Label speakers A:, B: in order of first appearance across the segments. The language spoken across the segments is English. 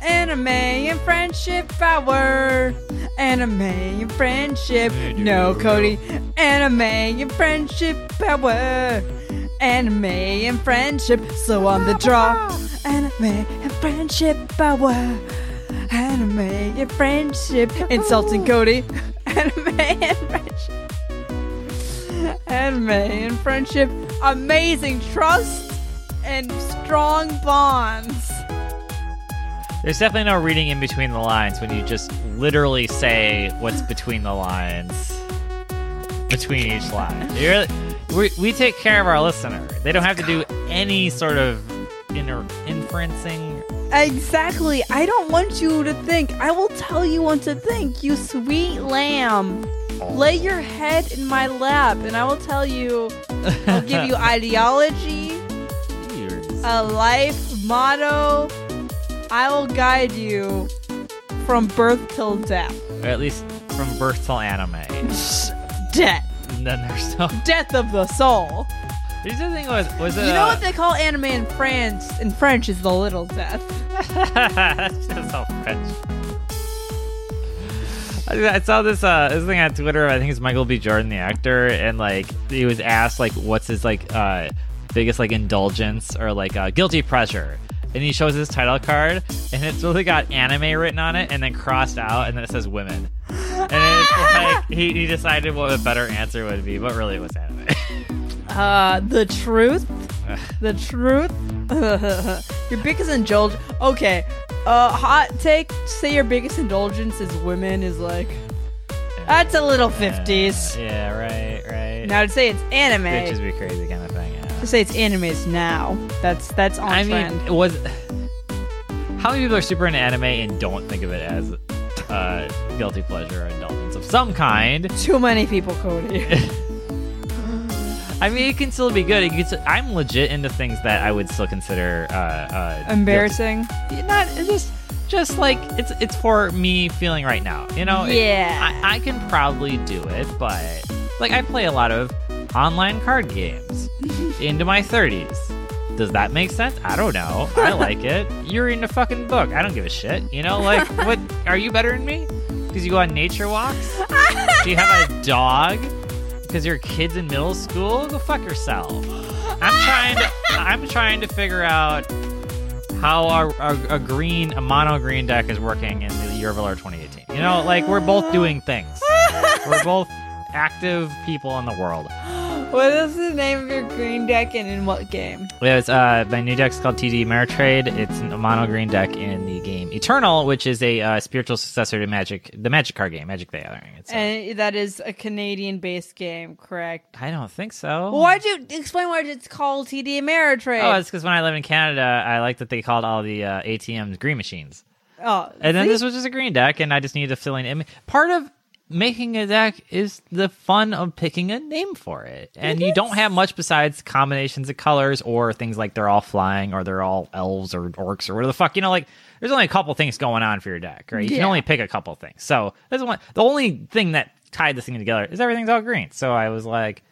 A: Anime and Friendship Hour. Anime and Friendship. No, Cody. Anime and Friendship Hour. Anime and Friendship. So on the draw. Anime and Friendship Hour. Anime and Friendship. Insulting Cody. Anime and Friendship. Anime and Friendship. Amazing trust and strong bonds.
B: There's definitely no reading in between the lines when you just literally say what's between the lines. Between each line. You really- we, we take care of our listener. They don't have to do any sort of inner inferencing.
A: Exactly. I don't want you to think. I will tell you what to think, you sweet lamb. Lay your head in my lap, and I will tell you. I'll give you ideology, a life motto. I will guide you from birth till death.
B: Or at least from birth till anime.
A: Death.
B: And then there's no.
A: Death of the soul.
B: The other thing was was it?
A: You know
B: uh,
A: what they call anime in France? In French, is the little death.
B: That's just so French. I I saw this uh, this thing on Twitter. I think it's Michael B. Jordan, the actor, and like he was asked like, what's his like uh, biggest like indulgence or like uh, guilty pleasure, and he shows his title card, and it's really got anime written on it, and then crossed out, and then it says women, and it's like he, he decided what the better answer would be, but really it was anime.
A: Uh, the truth. The truth. your biggest indulgence. Okay. Uh, hot take. Say your biggest indulgence is women is like. That's a little fifties.
B: yeah, right, right.
A: Now to say it's
B: Bitches
A: anime.
B: be crazy kind of thing. Yeah.
A: To say it's anime is now. That's that's on
B: I
A: trend.
B: mean, it was how many people are super into anime and don't think of it as uh, guilty pleasure or indulgence of some kind?
A: Too many people, Cody.
B: I mean, it can still be good. It can still, I'm legit into things that I would still consider uh, uh,
A: Embarrassing.
B: guilty- Not it's just just like it's it's for me feeling right now. You know? It-
A: Yeah.
B: I, I can probably do it, but like I play a lot of online card games into my 30s. Does that make sense? I don't know. I like it. You're reading a fucking book. I don't give a shit. You know, like, what? Are you better than me? Because you go on nature walks? Do you have a dog? Because your kid's in middle school? Go fuck yourself. I'm trying to. I'm trying to figure out how our, our a green a mono green deck is working in the year of our Lord 2018. You know, like we're both doing things. we're both active people in the world.
A: What is the name of your green deck and in what game?
B: It's, uh, my new deck's called TD Ameritrade. It's a mono green deck in the game Eternal, which is a uh, spiritual successor to Magic, the Magic card game, Magic the Gathering. It's, uh,
A: And that is a Canadian-based game, correct?
B: I don't think so.
A: Why'd you explain why it's called TD Ameritrade?
B: Oh, it's because when I lived in Canada, I like that they called all the uh, ATMs green machines.
A: Oh,
B: And then
A: see?
B: this was just a green deck, and I just needed to fill in. I mean, part of making a deck is the fun of picking a name for it, and you don't have much besides combinations of colors or things like they're all flying or they're all elves or orcs or whatever the fuck. You know, like there's only a couple things going on for your deck, right? You can
A: Yeah.
B: only pick a couple things. So that's one. The only thing that tied this thing together is everything's all green. So I was like.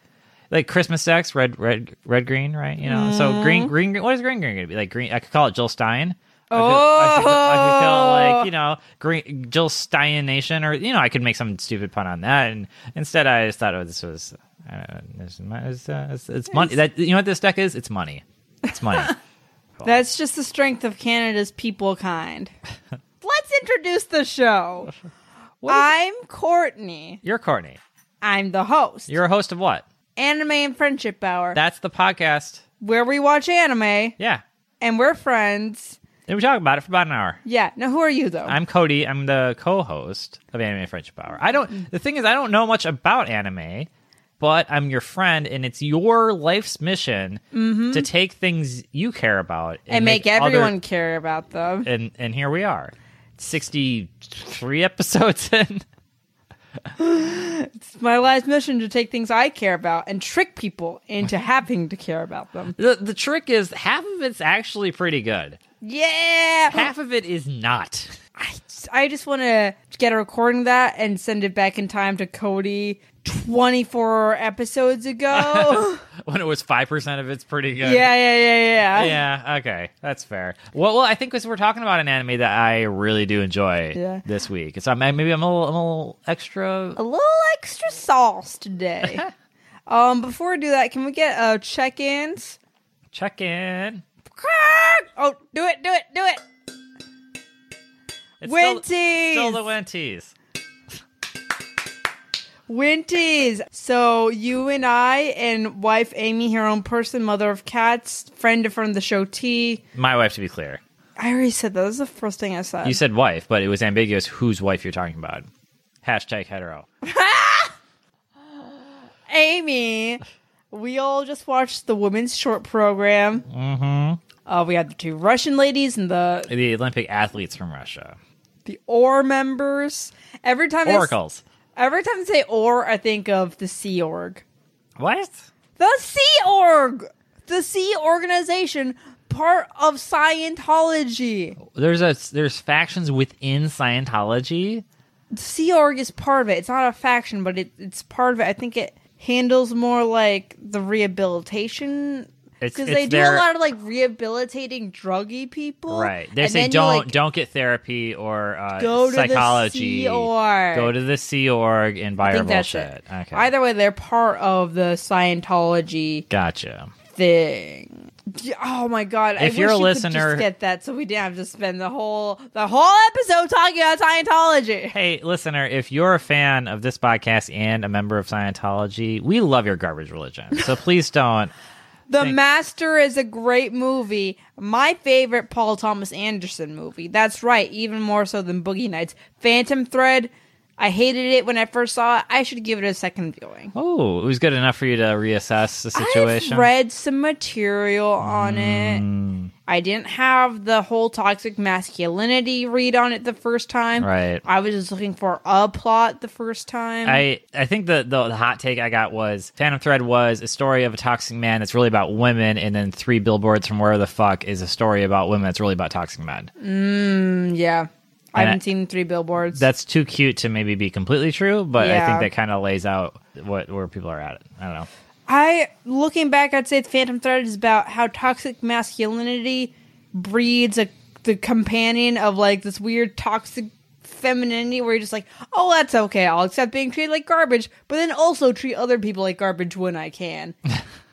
B: Like Christmas decks, red, red, red, green, right? You know, so green, green, green. What is green, green gonna be like? Green. I could call it Jill Stein. I could- I could, I could call it, like
A: Oh.
B: you know, green, Jill Stein Nation, or you know, I could make some stupid pun on that. And instead, I just thought, oh, this was, uh, this is, mon- it's, uh, it's, it's money. That you know what this deck is? It's money. It's money.
A: That's just the strength of Canada's people kind. Let's introduce the show. I'm Courtney.
B: You're Courtney.
A: I'm the host.
B: You're a host of what?
A: anime and Friendship Hour,
B: That's the podcast.
A: where we watch anime
B: Yeah,
A: and we're friends.
B: and we talk about it for about an hour.
A: Yeah. Now, who are you though?
B: I'm Cody. I'm the co-host of Anime Friendship Hour. I don't. The thing is, I don't know much about anime, but I'm your friend, and it's your life's mission to take things you care about
A: Mm-hmm. and make,
B: other-
A: everyone care about them.
B: and and here we are, sixty three episodes in.
A: It's my life's mission to take things I care about and trick people into having to care about them.
B: The the trick is half of it's actually pretty good.
A: Yeah.
B: Half of it is not.
A: I, just I just want to get a recording of that and send it back in time to Cody 24 episodes ago.
B: when it was five percent of it's pretty
A: yeah,
B: good.
A: yeah, yeah, yeah.
B: Yeah, okay. That's fair. Well, well, I think because we're talking about an anime that I really do enjoy
A: Yeah.
B: this week. So I'm, maybe I'm a little, I'm a little extra.
A: A little extra sauce today. um before we do that, can we get uh check-ins?
B: Check in.
A: Oh, do it, do it, do it.
B: It's still-
A: Winties.
B: Still the Wenties.
A: Winties. So you and I and wife Amy here on person, mother of cats, friend of friend of the show T.
B: My wife, to be clear.
A: I already said that. That was the first thing I said.
B: You said wife, but it was ambiguous whose wife you're talking about. Hashtag hetero.
A: Amy. We all just watched the women's short program. Mm-hmm. Uh, we had the two Russian ladies and the
B: The Olympic athletes from Russia.
A: the OR members. Every time I s-
B: Oracles.
A: every time I say OR, I think of the Sea Org.
B: What?
A: The Sea Org, the Sea organization, part of Scientology.
B: There's a there's factions within Scientology.
A: Sea Org is part of it. It's not a faction, but it, it's part of it. I think it handles more like the rehabilitation
B: It's-
A: because
B: it's
A: they do
B: their-
A: a lot of like rehabilitating druggy people.
B: Right. They
A: And
B: say
A: then you,
B: don't
A: like,
B: don't get therapy or uh,
A: Go to the
B: psychology.
A: Sea Org.
B: Go to the Sea Org and
A: I
B: buy your
A: think that's
B: bullshit.
A: it.
B: Okay.
A: Either way, they're part of the Scientology
B: gotcha.
A: thing. D- Oh my god! I
B: If
A: wish
B: you're a
A: you could just
B: listener-
A: get that so we didn't have to spend the whole the whole episode talking about Scientology.
B: Hey, listener, if you're a fan of this podcast and a member of Scientology, we love your garbage religion. So please don't.
A: The
B: Thank-
A: Master is a great movie. My favorite Paul Thomas Anderson movie. That's right, even more so than Boogie Nights. Phantom Thread. I hated it when I first saw it. I should give it a second viewing.
B: Oh, it was good enough for you to reassess the situation. Mm.
A: I've read some material on it. I didn't have the whole toxic masculinity read on it the first time.
B: Right.
A: I was just looking for a plot the first time.
B: I, I think the, the the hot take I got was Phantom Thread was a story of a toxic man that's really about women, and then three billboards from where the fuck is a story about women that's really about toxic men.
A: Mm, yeah. I
B: And I-
A: haven't seen three billboards.
B: That's too cute to maybe be completely true, but I
A: Yeah.
B: think that kind of lays out what where people are at. I don't know.
A: I looking back, I'd say Phantom Thread is about how toxic masculinity breeds a the companion of like this weird toxic femininity where you're just like, oh, that's okay. I'll accept being treated like garbage, but then also treat other people like garbage when I can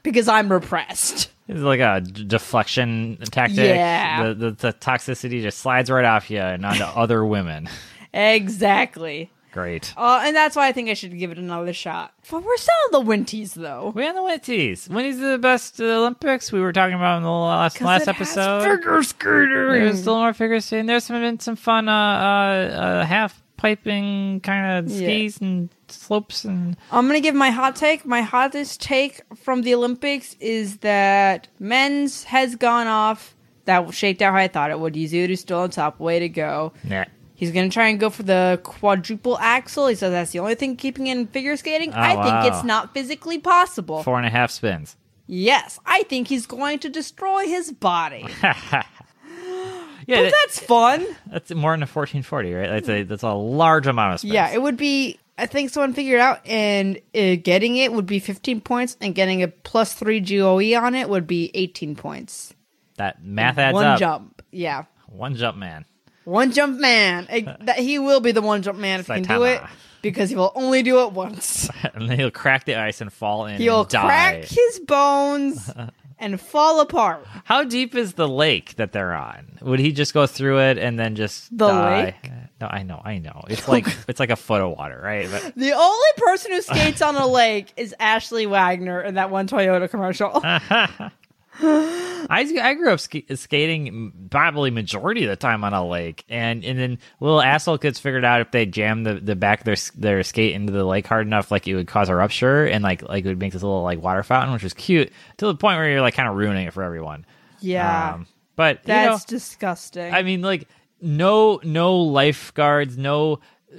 A: because I'm repressed.
B: It's like a d- deflection tactic.
A: Yeah.
B: The, the, the toxicity just slides right off you and onto other women.
A: Exactly.
B: Great.
A: Uh, and that's why I think I should give it another shot. But we're still on the Winties though.
B: We on the Winties. Winties are the best uh, Olympics. We were talking about in the last
A: 'Cause
B: last
A: it has
B: episode.
A: figure skating.
B: There's still more figure skating. There's some, been some fun uh, uh, uh, half piping kind of
A: Yeah.
B: skis and slopes and
A: I'm gonna give my hot take. My hottest take from the Olympics is that men's has gone off. That shaped out how I thought it would. Yuzuru's still on top. Way to go.
B: nah.
A: He's gonna try and go for the quadruple axel. He says that's the only thing keeping him in figure skating.
B: Oh,
A: I
B: wow.
A: think it's not physically possible.
B: four and a half spins.
A: yes, I think he's going to destroy his body.
B: Yeah,
A: But
B: that-
A: that's fun.
B: that's more than a 1440, right? That's a that's a large amount of spins.
A: Hmm. Yeah, it would be. I think someone figured out, and uh, getting it would be 15 points, and getting a plus three GOE on it would be 18 points.
B: that math adds
A: one
B: up.
A: jump. Yeah.
B: One jump, man.
A: One jump man. Eh, that he will be the one jump man if he can do it
B: Uh, Saitama.
A: because he will only do it once.
B: and then he'll crack the ice and fall in.
A: He'll
B: and die.
A: crack his bones and fall apart.
B: How deep is the lake that they're on? Would he just go through it and then just
A: The
B: die?
A: lake?
B: No, I know, I know. It's like it's like a foot of water, right? But
A: The only person who skates on a lake is Ashley Wagner in that one Toyota commercial.
B: Um, I, I grew up ski skating probably majority of the time on a lake, and and then little asshole kids figured out if they jammed the, the back of their s- their skate into the lake hard enough, like it would cause a rupture, and like like it would make this little like water fountain, which was cute to the point where you're like kind of ruining it for everyone.
A: yeah.
B: Um, but you know-
A: Ah. that's disgusting.
B: I mean, like no no lifeguards, no uh,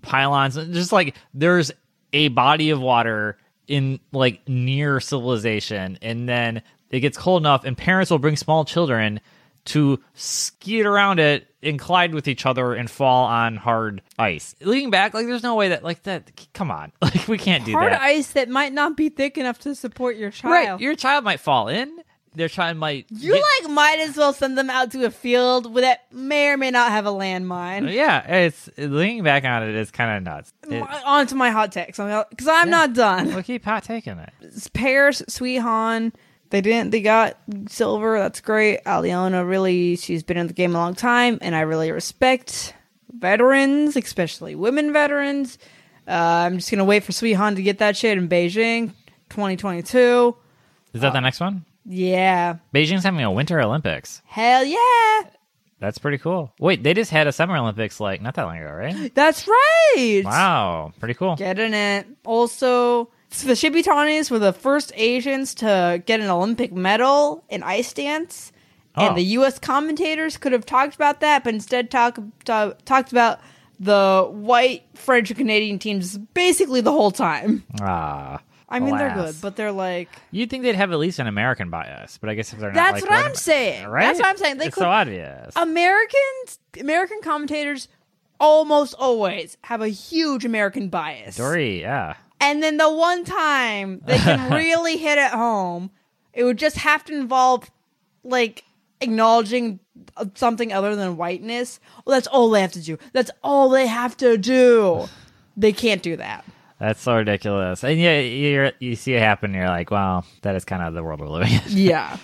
B: pylons. Just like there's a body of water in like near civilization, and then it gets cold enough, and parents will bring small children to skid around it and collide with each other and fall on hard ice. Looking back, like there's no way that like that. Come on, like we can't do
A: Hard
B: that.
A: ice that might not be thick enough to support your
B: Right,
A: child.
B: your child might fall in. Their child might.
A: you
B: get-
A: like might as well send them out to a field where that may or may not have a landmine.
B: Yeah, it's looking back on it is kind of nuts. It-
A: My- On to my hot takes, because I'm not done.
B: we'll keep hot taking it.
A: It's Paris, Sweet Han. They didn't. They got silver. That's great. Aliona really. She's been in the game a long time, and I really respect veterans, especially women veterans. Uh, I'm just gonna wait for Sweet Han to get that shit in Beijing, 2022.
B: Is that the next one?
A: Yeah,
B: Beijing's having a Winter Olympics.
A: hell yeah.
B: That's pretty cool. Wait, they just had a Summer Olympics like not that long ago, right?
A: That's right.
B: Wow, pretty cool.
A: Getting it. Also, the Shibitanis were the first Asians to get an Olympic medal in ice dance.
B: Oh.
A: And the U.S. commentators could have talked about that, but instead talk, ta- talked about the white French and Canadian teams basically the whole time.
B: Ah,
A: I mean, they're
B: alas.
A: good, but they're like.
B: You'd think they'd have at least an American bias, but I guess if they're not,
A: That's
B: like,
A: what I'm
B: one-
A: saying.
B: Right?
A: That's what I'm saying. They
B: it's
A: could- Oh.
B: so obvious.
A: Americans, American commentators almost always have a huge American bias.
B: Dory, yeah.
A: And then the one time they can really hit it home, it would just have to involve like acknowledging something other than whiteness. Well, that's all they have to do. That's all they have to do. They can't do that.
B: That's so ridiculous. And yeah, you you see it happen, and you're like, wow, that is kind of the world we're living in.
A: Yeah.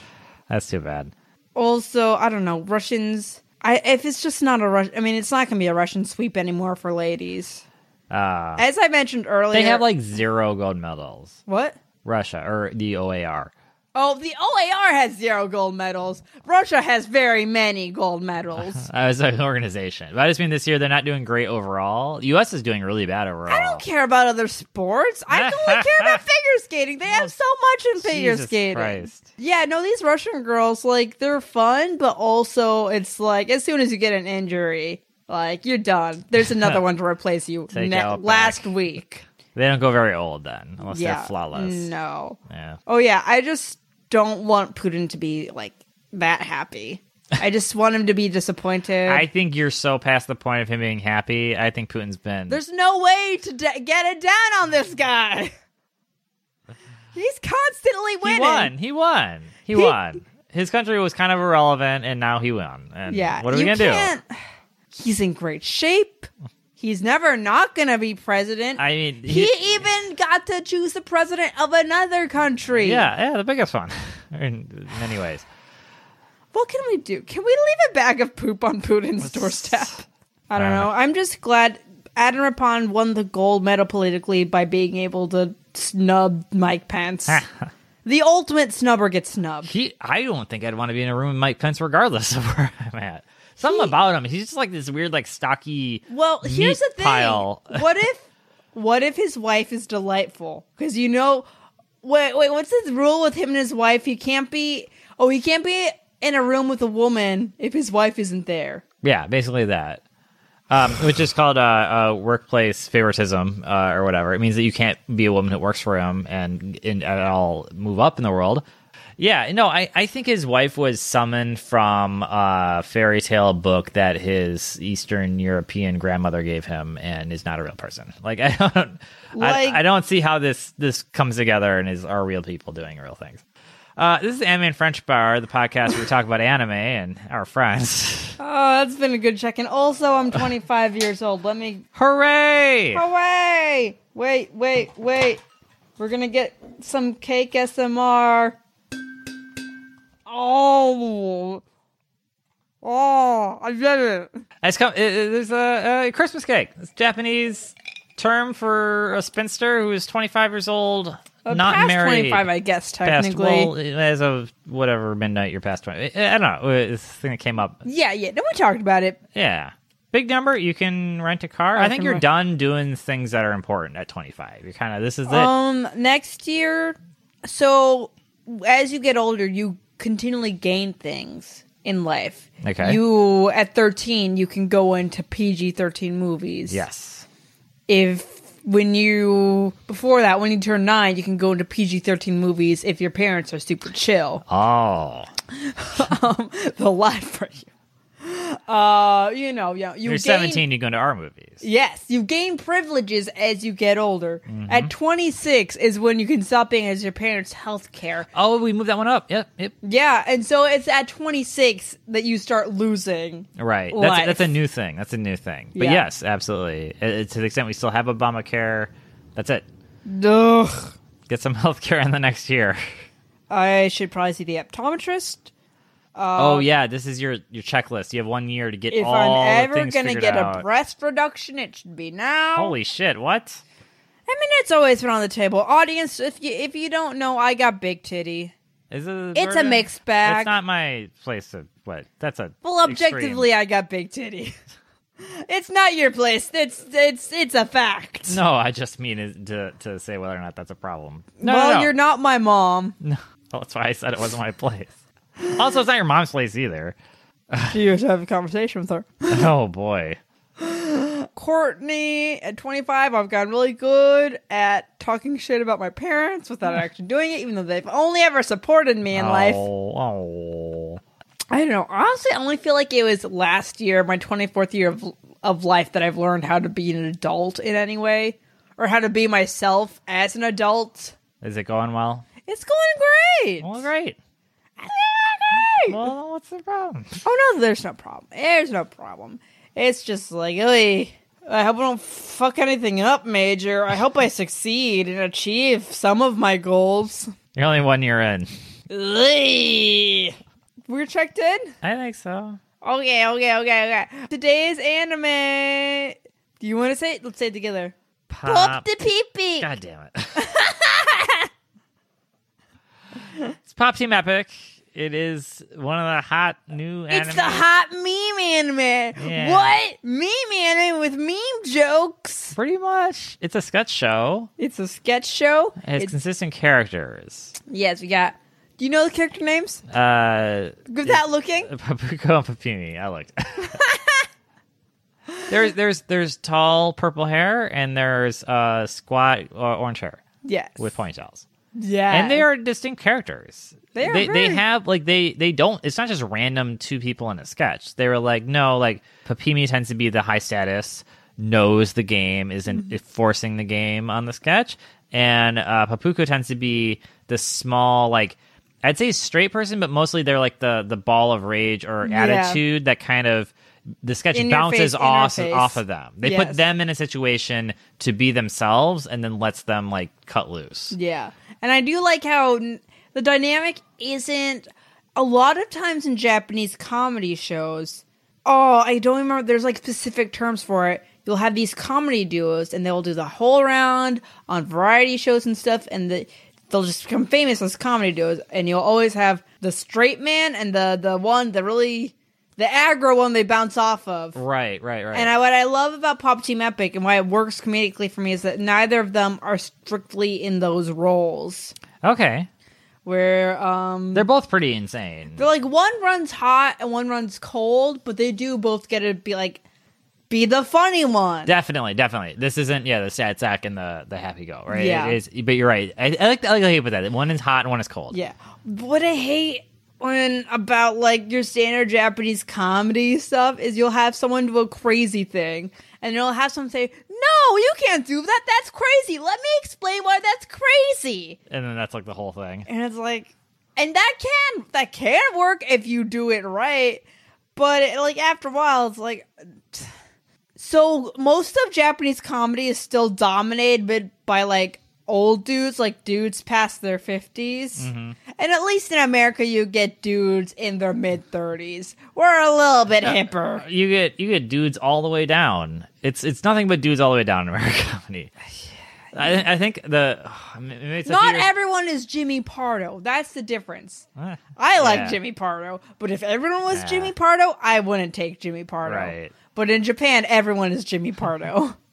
B: That's too bad.
A: Also, I don't know Russians. I if it's just not a Russian. I mean, it's not gonna be a Russian sweep anymore for ladies.
B: Uh,
A: As I mentioned earlier,
B: they have like zero gold medals.
A: what?
B: Russia or the OAR.
A: Oh, the OAR has zero gold medals. Russia has very many gold medals.
B: as an organization. But I just mean this year they're not doing great overall. U.S. is doing really bad overall.
A: I don't care about other sports. I only care about figure skating. They have so much in figure
B: Jesus
A: skating.
B: Christ.
A: Yeah, no, these Russian girls, like, they're fun, but also it's like as soon as you get an injury, like, you're done. There's another one to replace you
B: Take
A: ne-
B: Outback.
A: last week.
B: They don't go very old then, unless
A: yeah.
B: they're flawless.
A: No.
B: Yeah.
A: Oh, yeah. I just don't want Putin to be, like, that happy. I just want him to be disappointed.
B: I think you're so past the point of him being happy. I think Putin's been.
A: There's no way to de- get it down on this guy. He's constantly winning.
B: he won. He won. He, won. His country was kind of irrelevant, and now he won. And
A: Yeah.
B: What are we
A: you
B: gonna do?
A: can't- He's in great shape. He's never not going to be president.
B: I mean,
A: he, even got to choose the president of another country.
B: Yeah, yeah, the biggest one in many ways.
A: What can we do? Can we leave a bag of poop on Putin's doorstep? I don't
B: Uh,
A: know. I'm just glad Adam Rippon won the gold medal politically by being able to snub Mike Pence. the ultimate snubber gets snubbed.
B: He, I don't think I'd want to be in a room with Mike Pence, regardless of where I'm at. Something about him. He's just like this weird, like stocky.
A: Well, here's
B: meat
A: the thing.
B: Pile.
A: What if what if his wife is delightful? Cuz you know wait wait what's his rule with him and his wife? He can't be Oh, he can't be in a room with a woman if his wife isn't there.
B: Yeah, basically that. Um, which is called uh, uh, workplace favoritism uh, or whatever. It means that you can't be a woman who works for him and, and at all move up in the world. Yeah, no, I, I think his wife was summoned from a fairy tale book that his Eastern European grandmother gave him and is not a real person. Like I don't
A: Like-
B: I, I don't see how this this comes together and is are real people doing real things. Uh, this is Anime and French Bar, the podcast where we talk about anime and our friends.
A: Oh, that's been a good check. And also, I'm 25 years old. Let me
B: Hooray!
A: away. Wait, wait, wait. We're gonna get some cake SMR. Oh, oh, I get it.
B: It's come, it, it- there's a, a Christmas cake. It's a Japanese term for a spinster who is 25 years old,
A: Uh,
B: not
A: past
B: married.
A: 25, I guess
B: Past,
A: technically.
B: well, as of whatever midnight, you're past 20. I I don't know. It's the thing that came up.
A: yeah, yeah. No one talked about it.
B: Yeah. Big number. You can rent a car. I, think
A: can
B: you're
A: rent-
B: done doing things that are important at 25. You're kind of, this is it.
A: Um, next year. So as you get older, you continually gain things in life.
B: Okay.
A: You at 13, you can go into PG 13 movies.
B: yes.
A: if when you before that, when you turn nine, you can go into PG thirteen movies if your parents are super chill.
B: Oh,
A: um, they'll lie for you. Uh, you know, yeah, you
B: you're
A: gain-
B: 17. You go into our movies.
A: Yes, you gain privileges as you get older.
B: Mm-hmm.
A: At 26 is when you can stop paying as your parents' health care.
B: Oh, we moved that one up. Yep, yep.
A: Yeah, and so it's at 26 that you start losing.
B: Right.
A: Life.
B: That's, that's a new thing. That's a new thing. But
A: Yeah.
B: yes, absolutely. Uh, to the extent we still have Obamacare, that's it.
A: Ugh.
B: Get some health care in the next year.
A: I should probably see the optometrist.
B: oh yeah, this is your your checklist. You have one year to get
A: Uh, If
B: all
A: I'm ever
B: going
A: gonna
B: to
A: get
B: out.
A: a breast reduction, it should be now.
B: Holy shit! What?
A: I mean, it's always been on the table. Audience, if you if you don't know, I got big titty.
B: Is it a
A: It's a
B: burden?
A: mixed bag.
B: It's not my place to. What? That's a.
A: Well,
B: extreme.
A: objectively, I got big titty. it's not your place. It's it's it's a fact.
B: No, I just mean it- to to say whether or not that's a problem. No,
A: well,
B: no, no.
A: you're not my mom.
B: No, that's why I said it wasn't my place. Also, it's not your mom's place either.
A: Do you have to have a conversation with her?
B: Oh boy.
A: Courtney, at 25, I've gotten really good at talking shit about my parents without actually doing it, even though they've only ever supported me in life.
B: Oh, oh.
A: I don't know. Honestly, I only feel like it was last year, my 24th year of, of life, that I've learned how to be an adult in any way or how to be myself as an adult.
B: Is it going well?
A: It's going great.
B: Well, great. Well, what's the problem?
A: Oh no, there's no problem. There's no problem. It's just like, really, I hope I don't fuck anything up, Major. I hope I succeed and achieve some of my goals.
B: You're only one year in.
A: Ugh. We're checked in.
B: I think so.
A: Okay, okay, okay, okay. Today's anime. Do you want to say it? Let's say it together. Pop
B: Pop.
A: the peepee.
B: Uh, God damn it. it's Pop Team Epic. It is one of the hot new
A: It's
B: anime.
A: the hot meme anime.
B: Yeah.
A: What meme anime with meme jokes?
B: Pretty much. It's a sketch show.
A: It's a sketch show.
B: It has
A: It's-
B: consistent characters.
A: Yes, we got. Do you know the character names?
B: Uh,
A: Without looking,
B: Papuko and Papini. I looked. there's there's there's tall purple hair and there's uh squat uh, orange hair
A: yes,
B: with ponytails.
A: yeah,
B: And they are distinct characters.
A: They are
B: they,
A: very-
B: have like they they don't it's not just random two people in a sketch. They were like no like Papimi tends to be the high status knows the game isn't
A: Mm-hmm.
B: forcing the game on the sketch and uh Papuko tends to be the small like I'd say straight person but mostly they're like the the ball of rage or
A: Yeah.
B: attitude that kind of the sketch
A: In your face,
B: bounces
A: in
B: off
A: your face.
B: off of them. They
A: Yes.
B: put them in a situation to be themselves and then lets them like cut loose.
A: yeah. And I do like how n- the dynamic isn't. A lot of times in Japanese comedy shows, oh, I don't remember. There's like specific terms for it. You'll have these comedy duos, and they will do the whole round on variety shows and stuff, and the, they'll just become famous as comedy duos. And you'll always have the straight man and the the one the really the aggro one they bounce off of.
B: Right, right, right.
A: And I, what I love about Pop Team Epic and why it works comedically for me is that neither of them are strictly in those roles.
B: Okay.
A: Where um,
B: They're both pretty insane.
A: they're like one runs hot and one runs cold, but they do both get to be like be the funny one.
B: Definitely, definitely. This isn't yeah the sad sack and the the happy go right.
A: Yeah.
B: It is, but you're right. I, I like the, I like the way you put that. One is hot and one is cold.
A: yeah. What I hate when about like your standard Japanese comedy stuff is you'll have someone do a crazy thing and you'll have someone say, "No, you can't do that. That's crazy. Let me explain why that's crazy."
B: And then that's like the whole thing.
A: and it's like and that can that can work if you do it right but it, like after a while it's like so most of japanese comedy is still dominated by- by like old dudes like dudes past their 50s and at least in america you get dudes in their mid 30s we're a little bit hipper
B: You get you get dudes all the way down. It's it's nothing but dudes all the way down in American comedy. I, I think the oh, maybe it's a few
A: not
B: years-
A: everyone is jimmy pardo that's the difference
B: Eh,
A: I like
B: Yeah.
A: Jimmy Pardo, but if everyone was
B: Yeah.
A: Jimmy Pardo, I wouldn't take Jimmy Pardo.
B: Right.
A: But in Japan, everyone is Jimmy Pardo.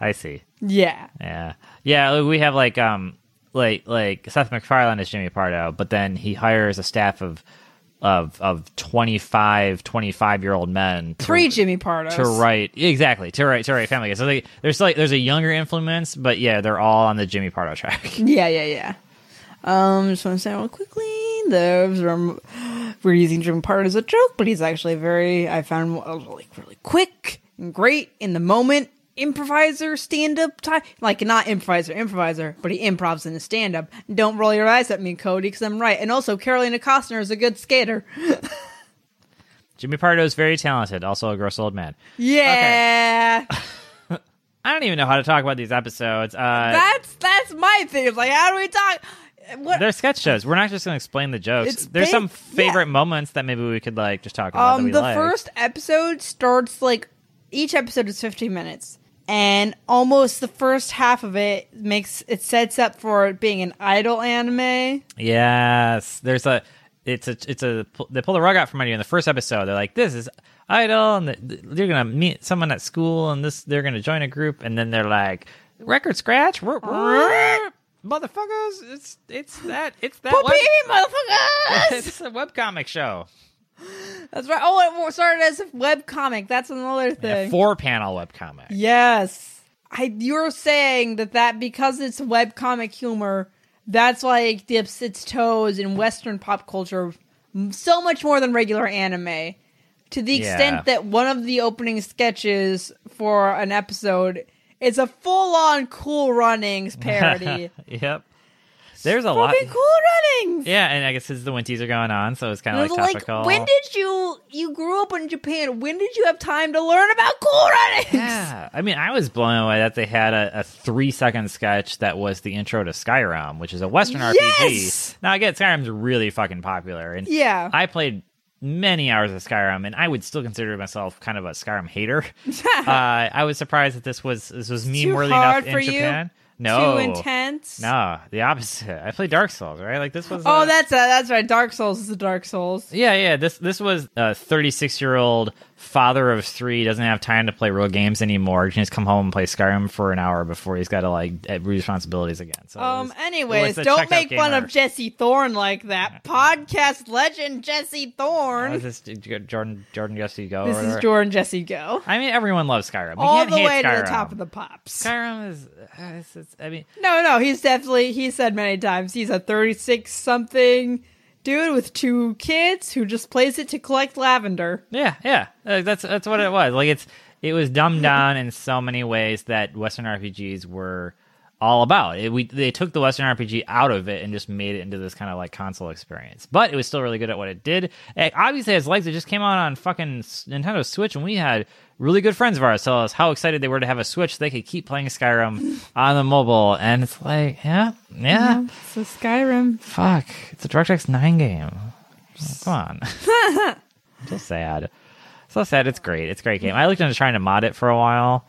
B: I see.
A: yeah.
B: Yeah, yeah. We have like um like like Seth MacFarlane is Jimmy Pardo, but then he hires a staff of of of 25 25 year old men to-
A: Free Jimmy Pardo.
B: to write exactly to write to write family guy so they, there's like there's a younger influence but yeah they're all on the jimmy pardo track
A: Yeah, yeah, yeah. Um, just want to say real quickly, those rem- we're using Jimmy Pardo as a joke, but he's actually very I found uh, like really quick and great in the moment improviser, stand up type. Like not improviser, improviser, but he improvs in his stand up. Don't roll your eyes at me, Cody, because I'm right. And also, Carolina Costner is a good skater.
B: jimmy pardo is very talented also a gross old man
A: Yeah,
B: i don't even know how to talk about these episodes uh
A: that's that's my thing. It's like how do we talk? What
B: they're sketch shows we're not just gonna explain the jokes
A: It's
B: there's
A: ba-
B: some
A: yeah.
B: favorite moments that maybe we could like just talk about that
A: Um,
B: we
A: the
B: like.
A: first episode starts like each episode is 15 minutes, and almost the first half of it makes it sets up for it being an idol anime.
B: Yes, there's a. It's a. It's a. They pull the rug out from under you in the first episode. They're like, "This is idol," and th- you're gonna meet someone at school, and this they're gonna join a group, and then they're like, "Record scratch, Whoop, whoop. motherfuckers!" It's it's that it's that
A: Poopy motherfuckers!
B: it's a webcomic show,
A: That's right. Oh, it started as a web comic. That's another
B: a
A: thing.
B: four panel webcomic.
A: yes, I. You're saying that that because it's web comic humor, that's why it dips its toes in Western pop culture m- so much more than regular anime. to the extent
B: Yeah.
A: that one of the opening sketches for an episode is a full-on Cool Runnings parody.
B: yep. There's a lot.
A: Fucking Cool Runnings.
B: Yeah, and I guess since the winties are going on, so it's kind
A: And I
B: of
A: was
B: like
A: like,
B: topical.
A: when did you you grew up in Japan? When did you have time to learn about Cool Runnings?
B: Yeah, I mean, I was blown away that they had a, a three-second sketch that was the intro to Skyrim, which is a Western
A: Yes!
B: RPG. Now, again, Skyrim's really fucking popular, and
A: Yeah.
B: I played many hours of Skyrim, and I would still consider myself kind of a Skyrim hater. uh, I was surprised that this was this was meme worthy enough
A: hard
B: in
A: for you?
B: Japan. No,
A: Too intense.
B: no, the opposite. I played Dark Souls, right? Like this was.
A: Oh,
B: a-
A: that's a, that's right. Dark Souls is the Dark Souls.
B: yeah, yeah. This this was a 36 year old father of three doesn't have time to play real games anymore. He can just come home and play Skyrim for an hour before he's got to like eh, responsibilities again. So it
A: Um.
B: was- it
A: Anyways,
B: was a
A: don't
B: checked-out
A: make fun
B: gamer.
A: of Jesse Thorne like that. Podcast legend Jesse Thorne.
B: How is this J- Jordan Jordan Jesse go? or
A: this is
B: whatever?
A: Jordan Jesse Go.
B: I mean, everyone loves Skyrim. You
A: all
B: can't
A: the
B: hate
A: way
B: Skyrim.
A: to the top of the pops.
B: Skyrim is. Uh, it's, it's, I mean,
A: No, no, he's definitely he said many times he's a 36 something dude with two kids who just plays it to collect lavender.
B: yeah, yeah. Uh, that's that's what it was. Like it's it was dumbed down in so many ways that Western RPGs were all about. It, we they took the Western RPG out of it and just made it into this kind of like console experience. But it was still really good at what it did. It obviously has legs. It just came out on fucking S- Nintendo Switch, and we had really good friends of ours tell us how excited they were to have a Switch. so They could keep playing Skyrim on the mobile, and it's like, yeah, yeah,
A: So Skyrim.
B: fuck, it's a DirectX Nine game. Come on. so sad. So sad. It's great. It's a great game. I looked into trying to mod it for a while.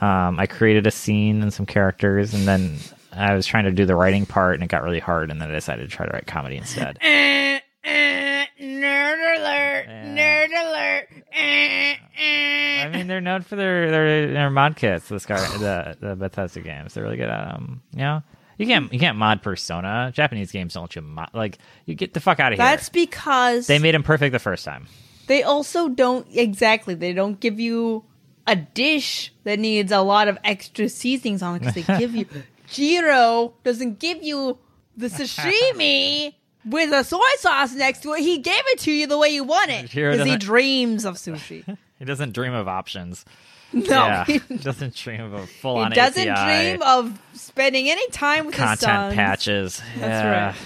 B: Um, I created a scene and some characters, and then I was trying to do the writing part, and it got really hard. And then I decided to try to write comedy instead.
A: Eh, eh, nerd alert. Nerd alert. Eh, eh.
B: I mean, they're known for their their, their mod kits. The Sky, the the Bethesda games. They're really good at them. You know, you can't you can't mod Persona. Japanese games don't let you mod. Like you get the fuck out of here.
A: That's because
B: they made them perfect the first time.
A: they also don't exactly they don't give you a dish that needs a lot of extra seasonings on it because they give you Jiro doesn't give you the sashimi with a soy sauce next to it. He gave it to you the way you want it
B: Jiro
A: because he
B: doesn't-
A: dreams of sushi. No,
B: He doesn't dream of options. yeah.
A: he,
B: doesn't dream of a full
A: he
B: on.
A: doesn't dream of spending any time with his
B: content
A: sons.
B: patches.
A: That's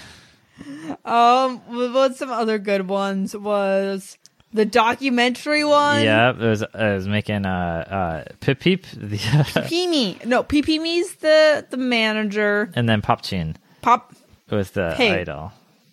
A: Um, what- what's some other good ones was the documentary one.
B: Yeah, it was, it was making uh, uh, Pip Peep the,
A: Pimi. No, Pipimi's the the manager.
B: and then Pop Chin
A: Pop
B: was the
A: Hey.
B: idol.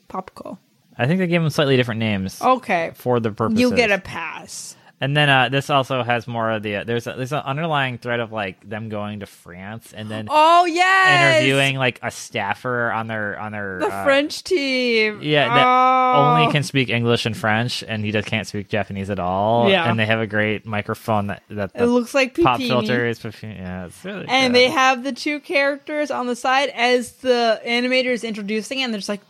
A: Popco.
B: I think they gave them slightly different names
A: Okay.
B: for the purposes.
A: Oh, You get a pass.
B: And then uh, this also has more of the uh, there's a, there's an underlying thread of like them going to France and then
A: Oh yes.
B: interviewing like a staffer on their on their
A: the
B: uh,
A: French team.
B: Yeah, that
A: oh.
B: only can speak English and French, and he just can't speak Japanese at all.
A: Yeah.
B: and they have a great microphone that that
A: It
B: the
A: looks like
B: pop
A: Pipimi.
B: filter is. perfu- Yeah, it's really
A: And
B: good.
A: they have the two characters on the side as the animator is introducing, it, and they're just like,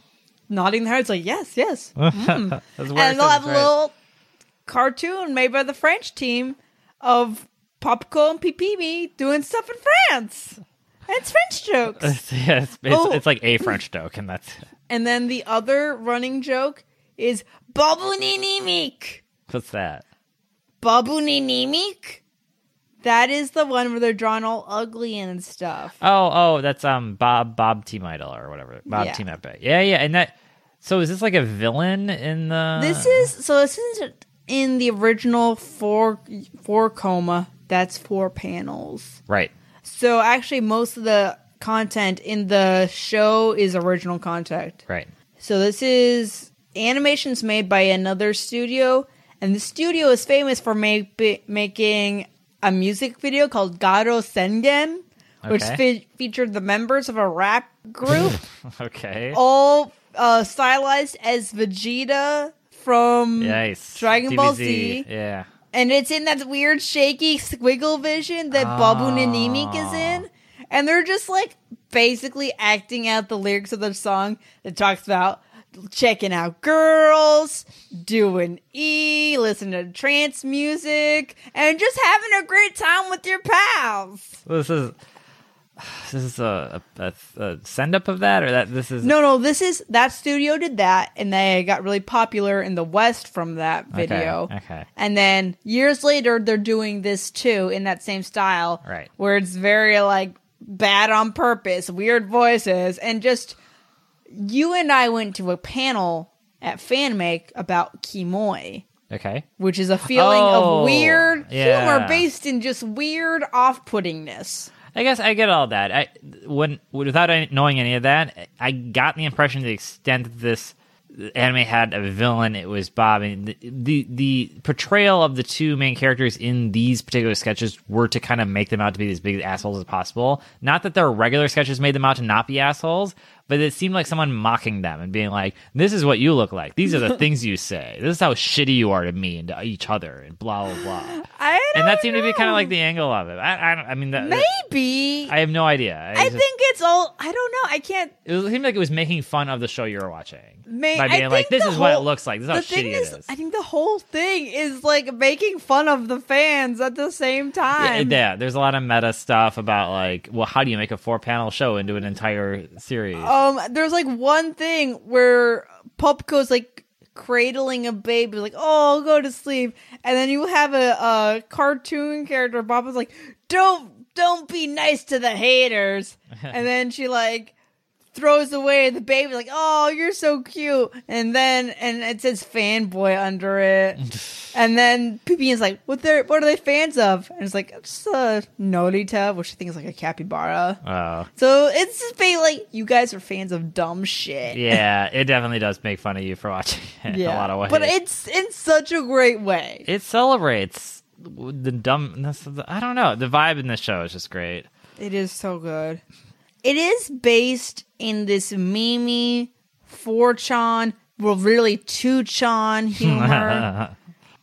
A: nodding their heads like yes, yes. Mm.
B: That's worse,
A: and they'll have
B: that's
A: a
B: right.
A: little cartoon made by the French team of Popco and Pipimi doing stuff in France. And it's French jokes.
B: It's, yeah, it's, it's,
A: Oh.
B: it's like a French joke, and that's
A: and then the other running joke is Babu Ninimik.
B: what's that?
A: Babu Ninimik? That is the one where they're drawn all ugly and stuff.
B: Oh, oh, that's um Bob Bob Team Idol or whatever Bob
A: Yeah.
B: Team Epic. Yeah, yeah, and that. So is this like a villain in the?
A: This is so this is in the original four four coma. That's four panels.
B: right.
A: So actually, most of the content in the show is original content.
B: Right.
A: So this is animations made by another studio, and the studio is famous for make, making a music video called Garo Sengen, which
B: Okay.
A: fe- featured the members of a rap group,
B: Okay.
A: all uh, stylized as Vegeta from
B: nice.
A: Dragon Ball
B: DBZ.
A: Z.
B: Yeah.
A: and it's in that weird shaky squiggle vision that Babu Nanimik is in, and they're just like basically acting out the lyrics of the song that talks about checking out girls, doing E, listening to trance music, and just having a great time with your pals.
B: This is. This is a, a, a, a send up of that, or that this is
A: No, no, this is that studio did that, and they got really popular in the West from that
B: Okay,
A: video.
B: Okay.
A: And then years later, they're doing this too in that same style.
B: Right.
A: Where it's very like bad on purpose, weird voices, and just you and I went to a panel at Fanmake about Kimoi,
B: Okay.
A: which is a feeling
B: Oh,
A: of weird humor
B: yeah.
A: based in just weird off puttingness.
B: I guess I get all that. I when without any, knowing any of that, I got the impression to the extent that this anime had a villain, it was Bob, and the, the the portrayal of the two main characters in these particular sketches were to kind of make them out to be as big assholes as possible. Not that their regular sketches made them out to not be assholes, but it seemed like someone mocking them and being like, "This is what you look like. These are the things you say. This is how shitty you are to me and to each other." And blah blah blah.
A: I
B: And
A: don't
B: that seemed to be kind
A: know.
B: of like the angle of it. I, I, don't- I mean, that,
A: maybe. I,
B: I have no idea. I, just-
A: think it's all. I don't know. I can't.
B: it was- it seemed like it was making fun of the show you were watching
A: May-
B: by
A: I
B: being
A: think
B: like, "This
A: the
B: is what it
A: whole-
B: looks like. This is how
A: the thing
B: shitty it is."
A: I think the whole thing is like making fun of the fans at the same
B: yeah,
A: time.
B: yeah, there's a lot of meta stuff about like, well, how do you make a four-panel show into an entire series?
A: Um, there's like one thing where Popco's like cradling a baby, like, oh, go to sleep. And then you have a, a cartoon character, Papa's like, don't, don't be nice to the haters. and then she like throws away the baby, like, oh, you're so cute. And then, and it says fanboy under it. and then PP is like, what, they're, what are they fans of? And it's like, just uh, Nolita, which I think is like a capybara.
B: Oh,
A: So it's just being like you guys are fans of dumb shit.
B: yeah, it definitely does make fun of you for watching it in a lot of ways.
A: But it's in such a great way.
B: it celebrates the dumbness of the. I don't know. The vibe in the show is just great.
A: It is so good. It is based in this mimi 4chan, well, really 2chan humor.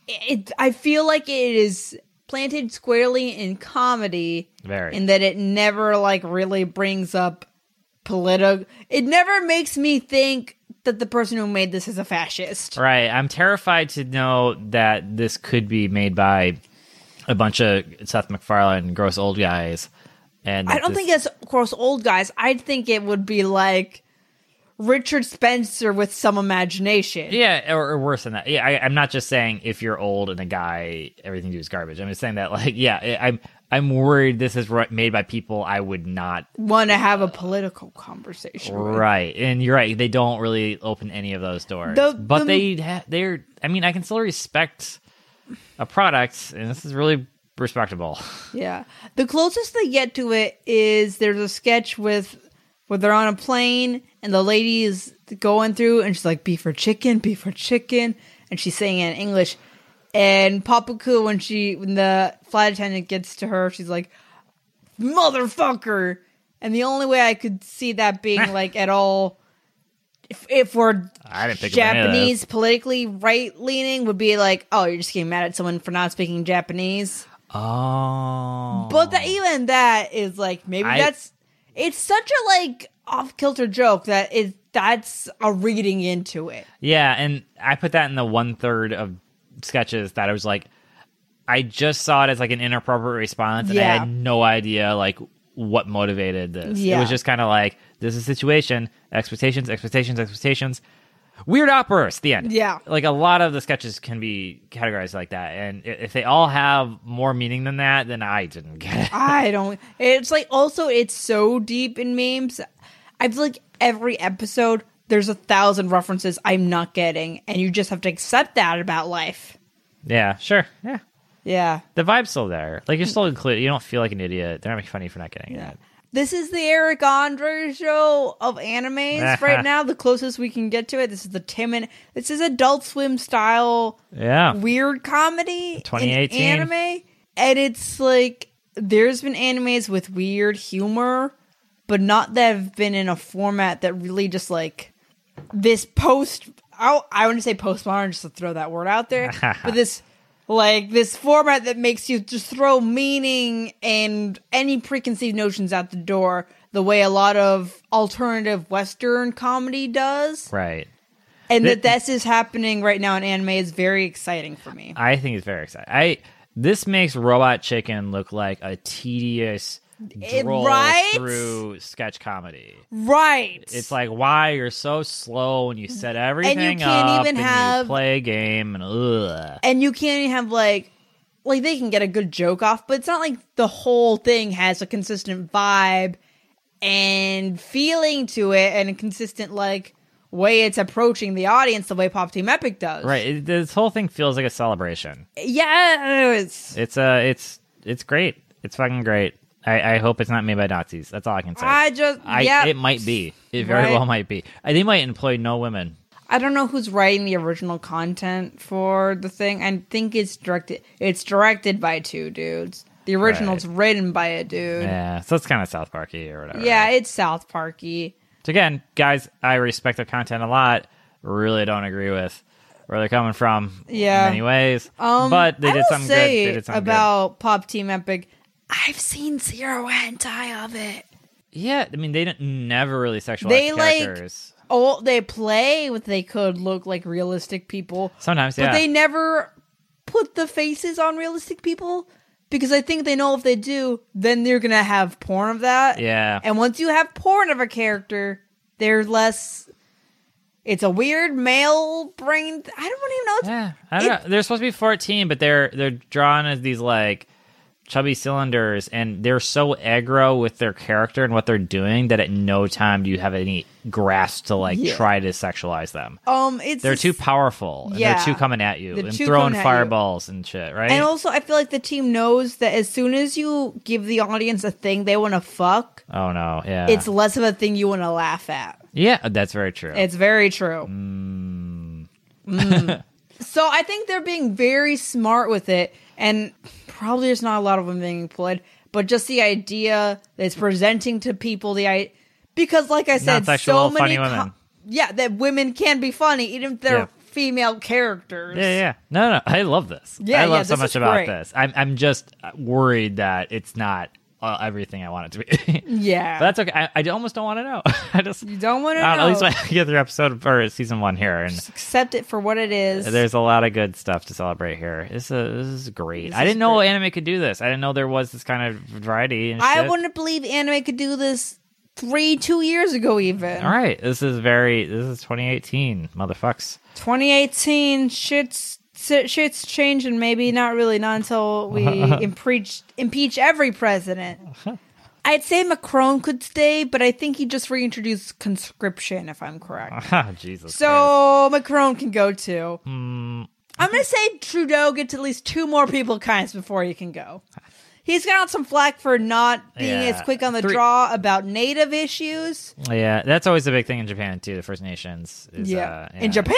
A: it, I feel like it is planted squarely in comedy,
B: Very.
A: in that it never like really brings up political. It never makes me think that the person who made this is a fascist.
B: Right. I'm terrified to know that this could be made by a bunch of Seth MacFarlane gross old guys. And
A: I don't
B: this-
A: think it's of course old guys. I think it would be like Richard Spencer with some imagination.
B: Yeah, or, or worse than that. Yeah, I, I'm not just saying if you're old and a guy, everything you do is garbage. I'm just saying that, like, yeah, I- I'm I'm worried this is ri- made by people I would not.
A: Want to have a political conversation. with.
B: Right, and you're right. They don't really open any of those doors,
A: The-
B: but
A: the-
B: they ha- they're. I mean, I can still respect a product, and this is really respectable.
A: Yeah. The closest they get to it is there's a sketch with where they're on a plane and the lady is going through and she's like, "Be for chicken, be for chicken," and she's saying it in English. And Papaku, when she when the flight attendant gets to her, she's like, "Motherfucker!" And the only way I could see that being like at all, if, if we're
B: I didn't pick up any of this.
A: Japanese politically right leaning, would be like, "Oh, you're just getting mad at someone for not speaking Japanese."
B: Oh,
A: But that even that is like maybe
B: I-
A: that's It's such a like off kilter joke that it that's a reading into it.
B: Yeah, and I put that in the one third of sketches that I was like, I just saw it as like an inappropriate response, and I
A: Yeah.
B: had no idea like what motivated this. It
A: Yeah.
B: was just kind of like this is a situation, expectations, expectations, expectations. Weird outburst. The end.
A: Yeah.
B: like a lot of the sketches can be categorized like that, and i- if they all have more meaning than that, then I didn't get it.
A: I don't. It's like also it's so deep in memes. I feel like every episode there's a thousand references I'm not getting, and you just have to accept that about life.
B: yeah, sure, yeah.
A: Yeah.
B: The vibe's still there. Like you're still included. You don't feel like an idiot. They're not making fun of you for not getting it.
A: This is the Eric Andre show of animes right now. The closest we can get to it. This is the Tim and this is Adult Swim style
B: Yeah.
A: weird comedy in
B: 2018.
A: anime, and it's like there's been animes with weird humor, but not that have been in a format that really just like this post. I I want to say postmodern just to throw that word out there, but this like this format that makes you just throw meaning and any preconceived notions out the door the way a lot of alternative western comedy does
B: Right.
A: and
B: Th-
A: that this is happening right now in anime is very exciting for me
B: I think it's very exciting. I this makes Robot Chicken look like a tedious
A: It-
B: droll
A: right?
B: through sketch comedy.
A: Right.
B: It's like why you're so slow and you set everything
A: can't
B: up
A: even
B: and
A: have-
B: you play a game and ugh.
A: and you can't even have like like they can get a good joke off, but it's not like the whole thing has a consistent vibe and feeling to it and a consistent like way it's approaching the audience the way Pop Team Epic does.
B: Right, it, this whole thing feels like a celebration.
A: Yeah. It's,
B: It's uh it's it's great. It's fucking great. I, I hope it's not made by Nazis. That's all I can say.
A: I just
B: I-
A: yeah.
B: it might be. It very
A: Right.
B: well might be. I, they might employ no women.
A: I don't know who's writing the original content for the thing. I think it's directed it's directed by two dudes. The original's written by a dude.
B: Yeah, so it's kind of South Parky or whatever.
A: yeah, it's South Parky.
B: So again, guys, I respect their content a lot. Really don't agree with where they're coming from.
A: Yeah.
B: In many ways.
A: Um,
B: but they
A: I
B: did
A: will
B: something
A: say
B: good. They did something
A: about Pop Team Epic. I've seen zero hentai of it.
B: good. Yeah. I mean, they didn't never really sexualize
A: They,
B: the
A: like-
B: characters.
A: Oh, they play with they could look like realistic people,
B: Sometimes,
A: but
B: yeah.
A: they never put the faces on realistic people because I think they know if they do, then they're gonna have porn of that.
B: yeah.
A: And once you have porn of a character, they're less. It's a weird male brain. I don't even know. It's,
B: yeah. I don't know. They're supposed to be 14, but they're they're drawn as these like chubby cylinders, and they're so aggro with their character and what they're doing that at no time do you have any grasp to like
A: Yeah.
B: try to sexualize them.
A: Um, it's
B: They're
A: just-
B: too powerful. And
A: Yeah.
B: They're too coming at you
A: They're
B: and
A: too
B: throwing
A: coming at you.
B: fireballs and shit, right?
A: And also, I feel like the team knows that as soon as you give the audience a thing they want to fuck,
B: Oh no, yeah,
A: it's less of a thing you want to laugh at.
B: yeah, that's very true.
A: It's very true. Mm. so I think they're being very smart with it, and probably there's not a lot of them being employed, but just the idea that it's presenting to people the I because, like I said, so
B: Non-sexual,
A: many
B: funny women.
A: yeah, that women can be funny even if they're
B: Yeah.
A: female characters.
B: yeah, yeah, no, no, I love this.
A: Yeah,
B: I love
A: yeah,
B: so
A: this
B: much
A: is
B: about
A: great.
B: this. I'm, I'm just worried that it's not uh, everything I want it to be.
A: Yeah.
B: but that's okay. I, I almost don't want to know. I just
A: you don't want to
B: I don't
A: know.
B: know. At least I get through episode or season one here, and
A: accept it for what it is.
B: there's a lot of good stuff to celebrate here. This is this is great.
A: This
B: I
A: is
B: didn't know
A: great.
B: anime could do this. I didn't know there was this kind of variety. And
A: I
B: shit.
A: wouldn't believe anime could do this three, two years ago, even.
B: All right, this is very. This is 2018, motherfucks.
A: 2018, shit's si- shit's changing. Maybe not really, not until we impeach impeach every president. I'd say Macron could stay, but I think he just reintroduced conscription, if I'm correct.
B: Ah, Jesus. Christ.
A: So Macron can go too.
B: Hmm.
A: I'm gonna say Trudeau gets at least two more people kinds before he can go. He's got some flack for not being
B: Yeah.
A: as quick on the
B: Three-
A: draw about native issues.
B: Yeah, that's always a big thing in Japan too. The First Nations. Is,
A: yeah.
B: uh,
A: in Japan.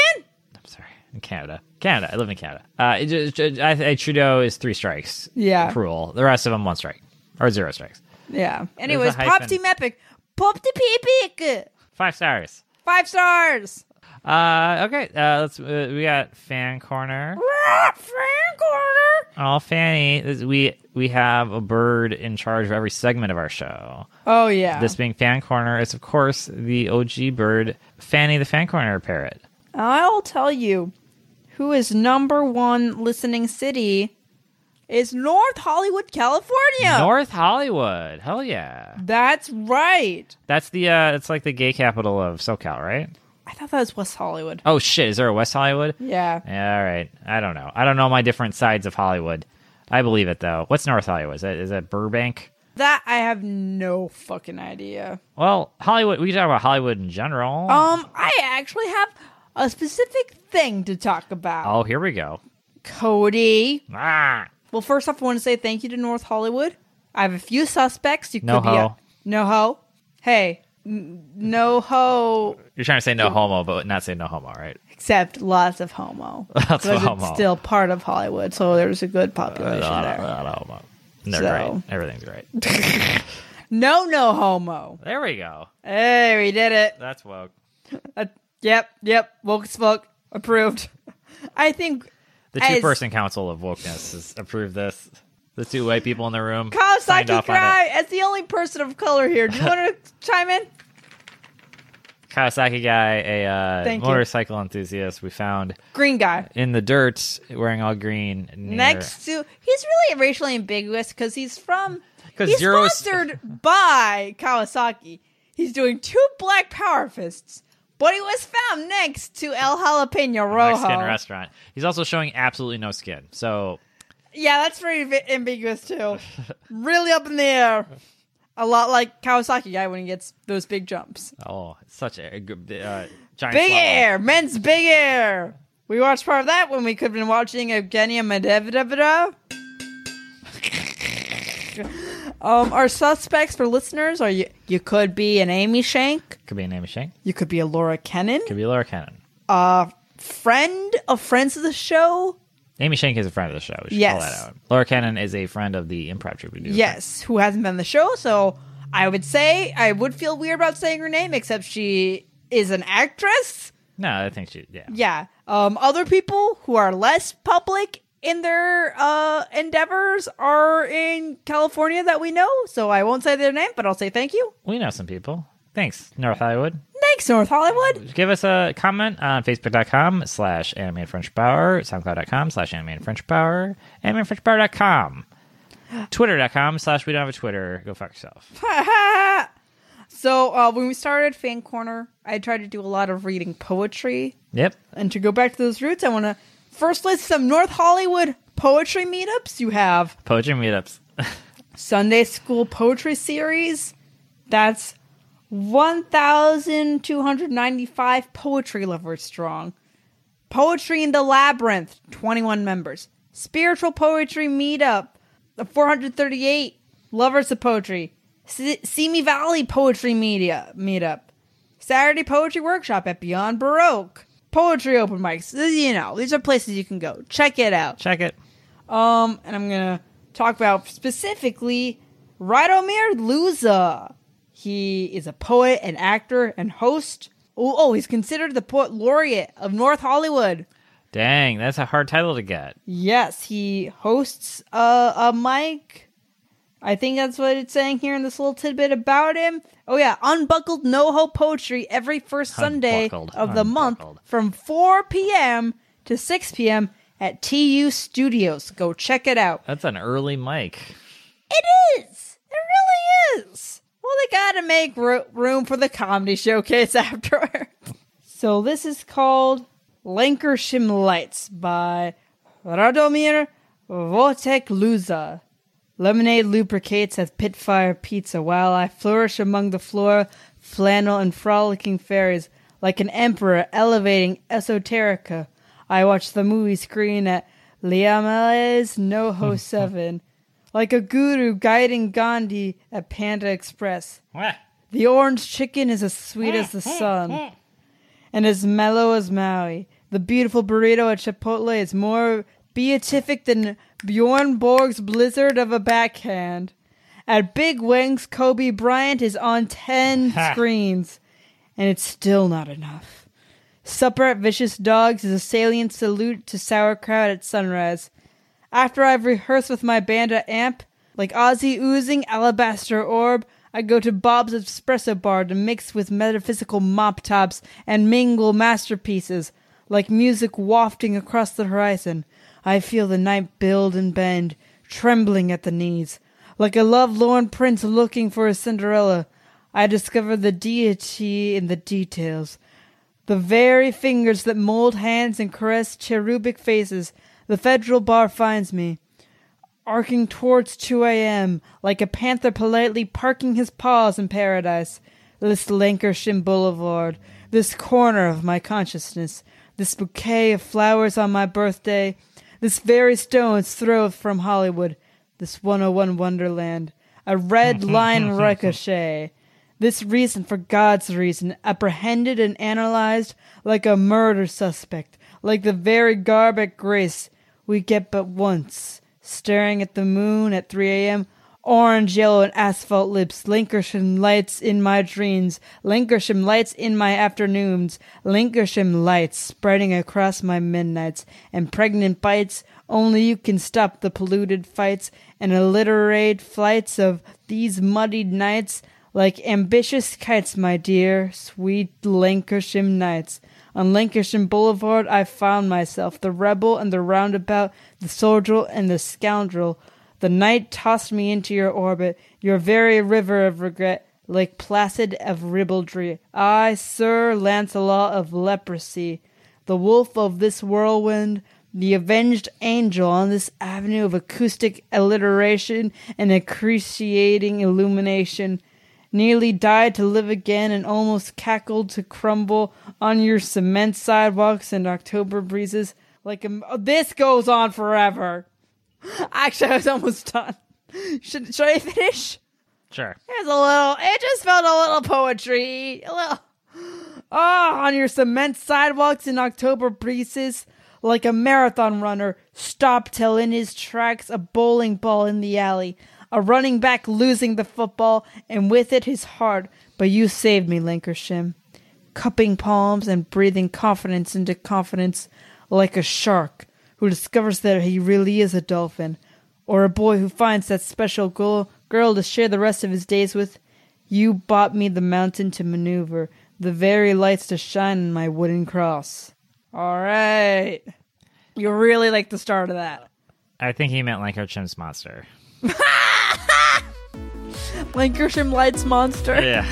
B: I'm sorry, in Canada. Canada. I live in Canada. Uh, it, ju- ju- I, I, Trudeau is three strikes.
A: Yeah.
B: Rule. The rest of them one strike or zero strikes.
A: Yeah. Anyways,
B: a
A: pop
B: hyphen.
A: team epic, pop the peepic,
B: Five stars.
A: five stars.
B: Uh, okay, uh, let's. Uh, we got fan corner.
A: Fan corner.
B: Oh, Fanny, this- we we have a bird in charge of every segment of our show.
A: Oh yeah.
B: This being fan corner is of course the OG bird, Fanny the fan corner parrot.
A: I'll tell you who is number one listening city is North Hollywood, California.
B: North Hollywood, hell yeah!
A: That's right.
B: That's the uh, it's like the gay capital of SoCal, right?
A: I thought that was West Hollywood.
B: Oh shit, is there a West Hollywood?
A: Yeah.
B: Yeah, all right. I don't know. I don't know my different sides of Hollywood. I believe it though. What's North Hollywood? Is that is that Burbank?
A: That I have no fucking idea.
B: Well, Hollywood. We can talk about Hollywood in general.
A: Um, I actually have a specific thing to talk about.
B: oh, here we go.
A: Cody.
B: Ah,
A: Well, first off, I want to say thank you to North Hollywood. I have a few suspects. You
B: No
A: could be
B: ho.
A: a no ho. Hey, n- no ho,
B: you're trying to say no homo, but not say no homo, right?
A: except lots of homo.
B: Lots of
A: Because
B: homo. Uh,
A: It's still part of Hollywood, so there's a good population
B: Not a-
A: there.
B: not a homo. They're
A: So-
B: great. Everything's great.
A: No, no homo.
B: There we go.
A: Hey, we did it.
B: That's woke.
A: Uh, yep, yep. Woke as fuck. Approved. I think
B: The
A: As-
B: two-person council of wokeness has approved this. The two white people in the room signed
A: Kawasaki
B: off on it.
A: Cry as the only person of color here. Do you want to chime in?
B: Kawasaki guy, a uh,
A: Thank you.
B: motorcycle enthusiast, we found
A: Green guy.
B: in the dirt wearing all green. near-
A: Next to he's really racially ambiguous because he's from
B: 'Cause
A: he's
B: Zero is-
A: sponsored by Kawasaki. He's doing two black power fists, but he was found next to El Jalapeno Rojo.
B: Mexican restaurant. He's also showing absolutely no skin. So
A: Yeah, that's very vi- ambiguous too. really up in the air. A lot like Kawasaki guy when he gets those big jumps.
B: Oh, such a uh, giant
A: Big
B: slalom.
A: air, men's big air. We watched part of that when we could have been watching Evgenia Medvedeva. um, our suspects for listeners are you. You could be an Amy Shank.
B: Could be a name of Shank.
A: You could be a Laura Kennan,
B: Could be Laura Cannon.
A: a friend of friends of the show.
B: Amy Shank is a friend of the show. We should
A: Yes.
B: call that out. Laura Cannon is a friend of the improv troupe we do.
A: Yes, who hasn't been on the show. So I would say I would feel weird about saying her name, except she is an actress.
B: No, I think she. Yeah.
A: Yeah. Um, other people who are less public in their uh, endeavors are in California that we know. So I won't say their name, but I'll say thank you.
B: We know some people. Thanks, North Hollywood.
A: Thanks, North Hollywood.
B: Give us a comment on facebook.com slash anime and French power, soundcloud.com slash anime and French power, anime and French power.com, twitter.com slash we don't have a Twitter. Go fuck yourself.
A: So uh, when we started Fan Corner, I tried to do a lot of reading poetry.
B: Yep.
A: And to go back to those roots, I want to first list some North Hollywood poetry meetups you have.
B: Poetry meetups.
A: Sunday School Poetry Series. That's 1,295 poetry lovers strong. Poetry in the Labyrinth, 21 members. Spiritual Poetry Meetup, 438 lovers of poetry. Se- Simi Valley Poetry Media Meetup. Saturday Poetry Workshop at Beyond Baroque. Poetry open mics. You know, these are places you can go. Check it out.
B: Check it.
A: Um, and I'm gonna talk about specifically Radomir Luza. He is a poet and actor and host. Oh, oh, he's considered the poet laureate of North Hollywood.
B: Dang, that's a hard title to get.
A: Yes, he hosts a, a mic. I think that's what it's saying here in this little tidbit about him. Oh yeah, unbuckled no-ho poetry every first Sunday
B: Unbuckled,
A: of the
B: unbuckled.
A: month from 4 p.m. to 6 p.m. at TU Studios. Go check it out.
B: That's an early mic.
A: It is. It really is. Well, they got to make ro- room for the comedy showcase afterwards. so this is called Lancashire Lights by Radomir Votek Luza. Lemonade lubricates as pitfire pizza while I flourish among the floor, flannel, and frolicking fairies like an emperor elevating esoterica. I watch the movie screen at Liamale's NoHo 7 like a guru guiding Gandhi at Panda Express.
B: Wah.
A: The orange chicken is as sweet as the sun and as mellow as Maui. The beautiful burrito at Chipotle is more beatific than Bjorn Borg's blizzard of a backhand. At Big Wings, Kobe Bryant is on 10
B: Ha.
A: screens, and it's still not enough. Supper at Vicious Dogs is a salient salute to sauerkraut at sunrise. After I've rehearsed with my band at Amp, like Ozzy oozing alabaster orb, I go to Bob's espresso bar to mix with metaphysical mop tops and mingle masterpieces, like music wafting across the horizon. I feel the night build and bend, trembling at the knees, like a lovelorn prince looking for a Cinderella. I discover the deity in the details. The very fingers that mold hands and caress cherubic faces, the federal bar finds me, arcing towards 2 a.m., like a panther politely parking his paws in paradise. This Lancashire boulevard, this corner of my consciousness, this bouquet of flowers on my birthday, this very stone's throw from Hollywood, this 101 Wonderland, a red line ricochet. This reason for God's reason, apprehended and analyzed like a murder suspect, like the very garb at grace we get but once. Staring at the moon at 3 a.m., orange, yellow, and asphalt lips, Lancashire lights in my dreams, Lancashire lights in my afternoons, Lancashire lights spreading across my midnights, and pregnant bites, only you can stop the polluted fights and alliterate flights of these muddied nights. Like ambitious kites, my dear, sweet Lancashire nights. On Lancashire Boulevard, I found myself the rebel and the roundabout, the soldier and the scoundrel. The night tossed me into your orbit, your very river of regret, like placid of ribaldry. I, Sir Lancelot of leprosy, the wolf of this whirlwind, the avenged angel on this avenue of acoustic alliteration and accruciating illumination nearly died to live again and almost cackled to crumble on your cement sidewalks and October breezes like a m- oh, this goes on forever. Actually, I was almost done. Should should I finish?
B: Sure.
A: There's a little. It just felt a little poetry. A little. Oh, on your cement sidewalks in October breezes, like a marathon runner, stop till in his tracks a bowling ball in the alley, a running back losing the football, and with it his heart. But you saved me, Lancashire. Cupping palms and breathing confidence into confidence, like a shark who discovers that he really is a dolphin, or a boy who finds that special girl, girl to share the rest of his days with. You bought me the mountain to maneuver, the very lights to shine in my wooden cross. All right. You really like the start of that.
B: I think he meant like her chimps monster.
A: Lancashire Lights Monster.
B: Yeah.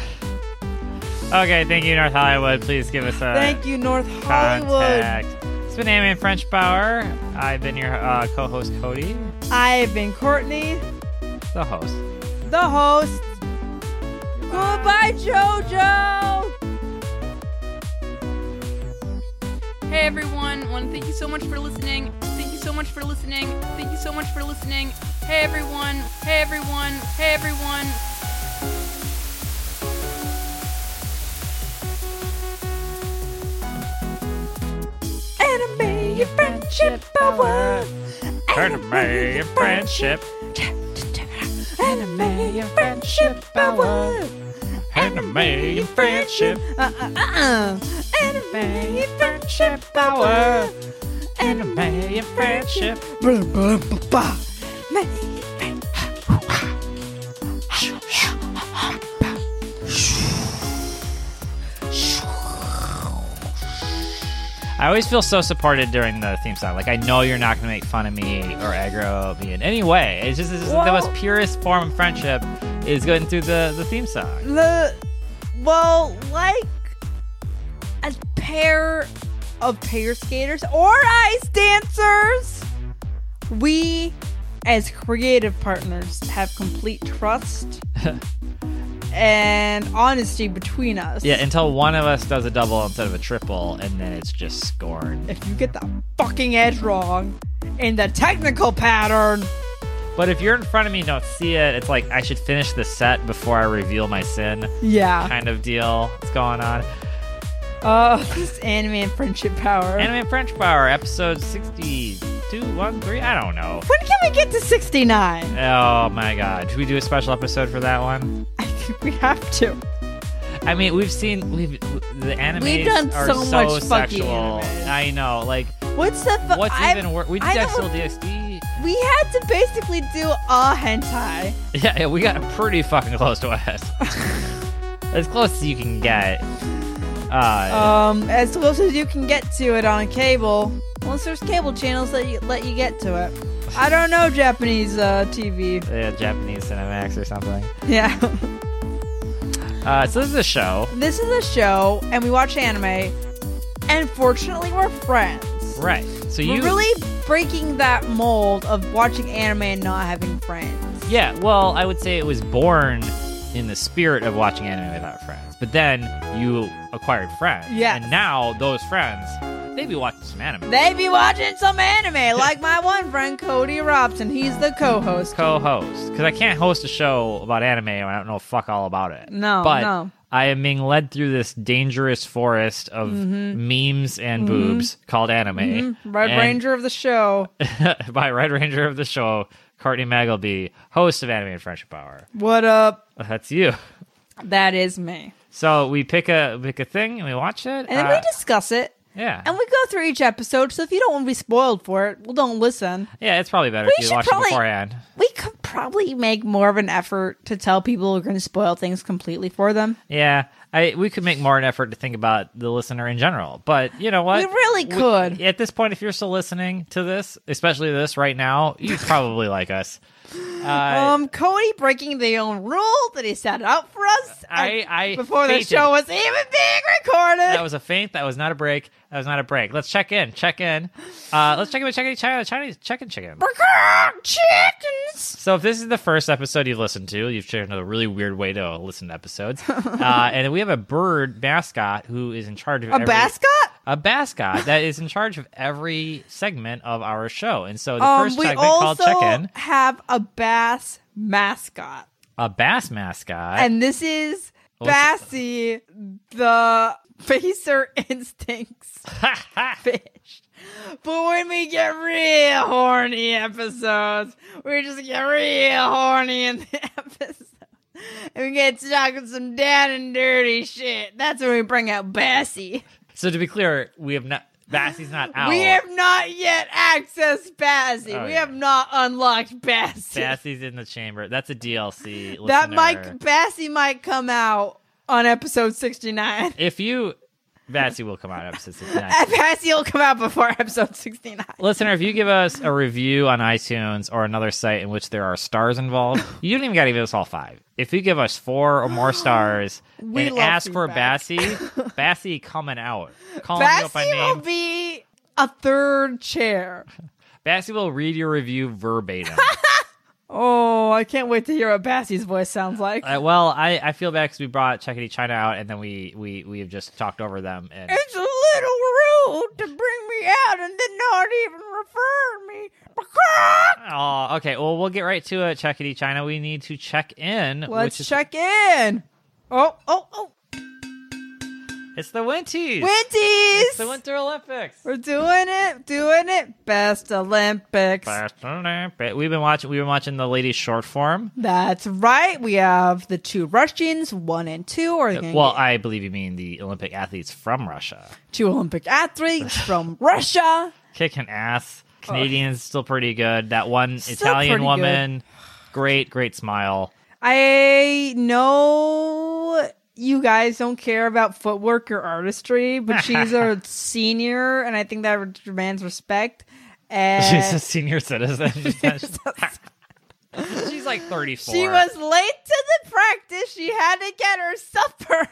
B: Okay, thank you, North Hollywood. Please give us a
A: Thank you, North Hollywood.
B: contact. It's been Amy and French Power. I've been your uh, co-host Cody,
A: I've been Courtney,
B: the host.
A: the host. Goodbye, JoJo!
C: Hey everyone, want to thank you so much for listening. Thank you so much for listening. Thank you so much for listening. Hey everyone, hey everyone, hey everyone.
A: Anime, your friendship power.
B: Anime, your friendship.
A: Anime, your friendship power.
B: Anime, your friendship.
A: Uh uh uh. Anime, your friendship
B: Power.
A: power.
B: Anime, your friendship.
A: Blah, blah, blah, blah. Make it
B: I always feel so supported during the theme song. Like I know you're not gonna make fun of me or aggro me in any way. It's just, it's just the
A: Well-
B: most purest form of friendship is going through the, the theme song.
A: the well like a pair of pair skaters or ice dancers we as creative partners have complete trust and honesty between us
B: Yeah, until one of us does a double instead of a triple, and then it's just scorn.
A: if you get the fucking edge wrong in the technical pattern
B: But if you're in front of me and don't see it, it's like I should finish the set before I reveal my sin
A: yeah
B: kind of deal. What's going on?
A: oh this anime and friendship power
B: Anime French Power, episode 62, 1, 3, I don't know.
A: when can we get to 69
B: Oh my god. Should we do a special episode for that one?
A: i think we have to
B: I mean, we've seen we've the anime.
A: We've done
B: are
A: so much fucking
B: sexual.
A: anime.
B: I know, like
A: What's the fu-
B: what's
A: I've-
B: even worse? We
A: I
B: did
A: don't-
B: still DxD.
A: We had to basically do a hentai.
B: Yeah, yeah, we got pretty fucking close to us. as close as you can get. Uh,
A: Um, as close as you can get to it on a cable, unless there's cable channels that you, let you get to it. I don't know Japanese uh, TV.
B: yeah, Japanese Cinemax or something.
A: Yeah,
B: Uh, so this is a show,
A: this is a show, and we watch anime, and fortunately, we're friends.
B: right? So
A: We're
B: you
A: really breaking that mold of watching anime and not having friends.
B: Yeah, well, I would say it was born in the spirit of watching anime without friends. But then you acquired friends.
A: Yes.
B: And now those friends, they be watching some anime.
A: They be watching some anime, like my one friend Cody Robson. He's the co-host.
B: Co-host. Because I can't host a show about anime when I don't know fuck all about it.
A: No,
B: But
A: no.
B: I am being led through this dangerous forest of memes and boobs called anime.
A: Mm-hmm. Red
B: And-
A: Ranger of the show.
B: by Red Ranger of the show, Courtney Magalby, host of Anime and Friendship Hour.
A: What up?
B: That's you.
A: That is me.
B: So we pick a pick a thing and we watch it.
A: And then
B: Uh,
A: we discuss it.
B: Yeah.
A: And we go through each episode, so if you don't want to be spoiled for it, well, don't listen.
B: Yeah, it's probably better
A: We
B: if
A: should
B: you watch
A: probably-
B: it beforehand.
A: We could probably make more of an effort to tell people we're going to spoil things completely for them.
B: Yeah, I we could make more an effort to think about the listener in general, but you know what?
A: We really could.
B: at this point, if you're still listening to this, especially this right now, you probably like us. Uh,
A: um, Cody breaking the own rule that he set out for us
B: I,
A: and-
B: I
A: before the
B: fainted.
A: show was even being recorded.
B: That was a faint. That was not a break. That was not a break. Let's check in. Check in. Uh, let's check in with Check in China. Chinese check in chicken.
A: chickens.
B: So if this is the first episode you've listened to, you've chosen a really weird way to listen to episodes. uh, and we have a bird mascot who is in charge of
A: A
B: every-
A: mascot?
B: a mascot that is in charge of every segment of our show. And so the
A: Um,
B: first
A: we
B: segment called Check
A: also
B: In,
A: have a bass mascot.
B: a bass mascot.
A: and this is
B: What's-
A: Bassy, the baser instincts fish. But when we get real horny episodes, we just get real horny in the episode. And we get stuck with some down and dirty shit. That's when we bring out Bassy.
B: so to be clear, we have not, Bassy's not out.
A: We have not yet accessed Bassy.
B: Oh,
A: we
B: yeah.
A: have not unlocked Bassy.
B: Bassy's in the chamber. That's a DLC. Listener.
A: that might Bassy might come out on episode sixty nine.
B: If you, Bassy will come out episode 69.
A: And Patsy will come out before episode 69.
B: Listener, if you give us a review on iTunes or another site in which there are stars involved, you don't even got to give us all five. If you give us four or more stars
A: We
B: and
A: love
B: ask for
A: feedback.
B: Bassy, Bassy coming out, calling you up by
A: Patsy will
B: name.
A: be a third chair.
B: Bassy will read your review verbatim.
A: Oh, I can't wait to hear what Bassy's voice sounds like.
B: Uh, well, I, I feel bad because we brought Checkity China out and then we we we have just talked over them and
A: it's a little rude to bring me out and then not even refer me.
B: oh okay. Well, we'll get right to it. Checkity China, we need to check in.
A: Let's
B: which is,
A: check in. Oh, oh, oh.
B: It's the Winties. It's the
A: Winties.
B: Winter Olympics.
A: We're doing it, doing it. Best Olympics.
B: We've been watching. We've been watching the ladies short form.
A: That's right. We have the two Russians, one and two. Are gonna
B: Well, I believe you mean the Olympic athletes from Russia
A: two Olympic athletes from Russia.
B: kicking ass. Canadians still pretty good. That one
A: Still
B: Italian
A: pretty
B: woman, great, great smile.
A: I know you guys don't care about footwork or artistry, but she's a senior, and I think that demands respect. And
B: She's a senior citizen. She's like 34.
A: she was late to the practice. She had to get her supper.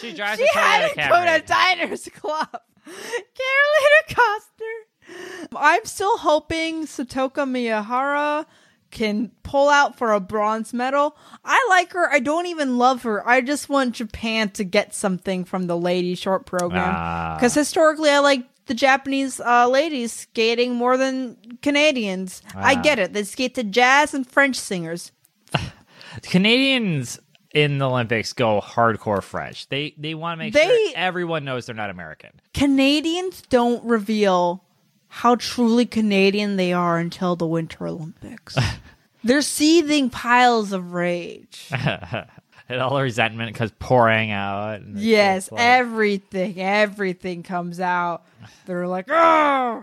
B: She drives
A: she
B: a
A: had
B: Toyota
A: to go to
B: Camry.
A: Diners Club. Carolina Costner. I'm still hoping Satoka Miyahara can pull out for a bronze medal. I like her. I don't even love her. I just want Japan to get something from the lady short program
B: Ah.
A: because historically, I like the Japanese uh, ladies skating more than Canadians. I
B: Ah.
A: get it. They skate to jazz and French singers.
B: Canadians in the Olympics go hardcore French. They they want to make
A: They-
B: sure everyone knows they're not American.
A: Canadians don't reveal how truly Canadian they are until the Winter Olympics. They're seething piles of rage.
B: and all the resentment comes pouring out. and it's
A: Yes,
B: just like-
A: everything, everything comes out. They're like, oh,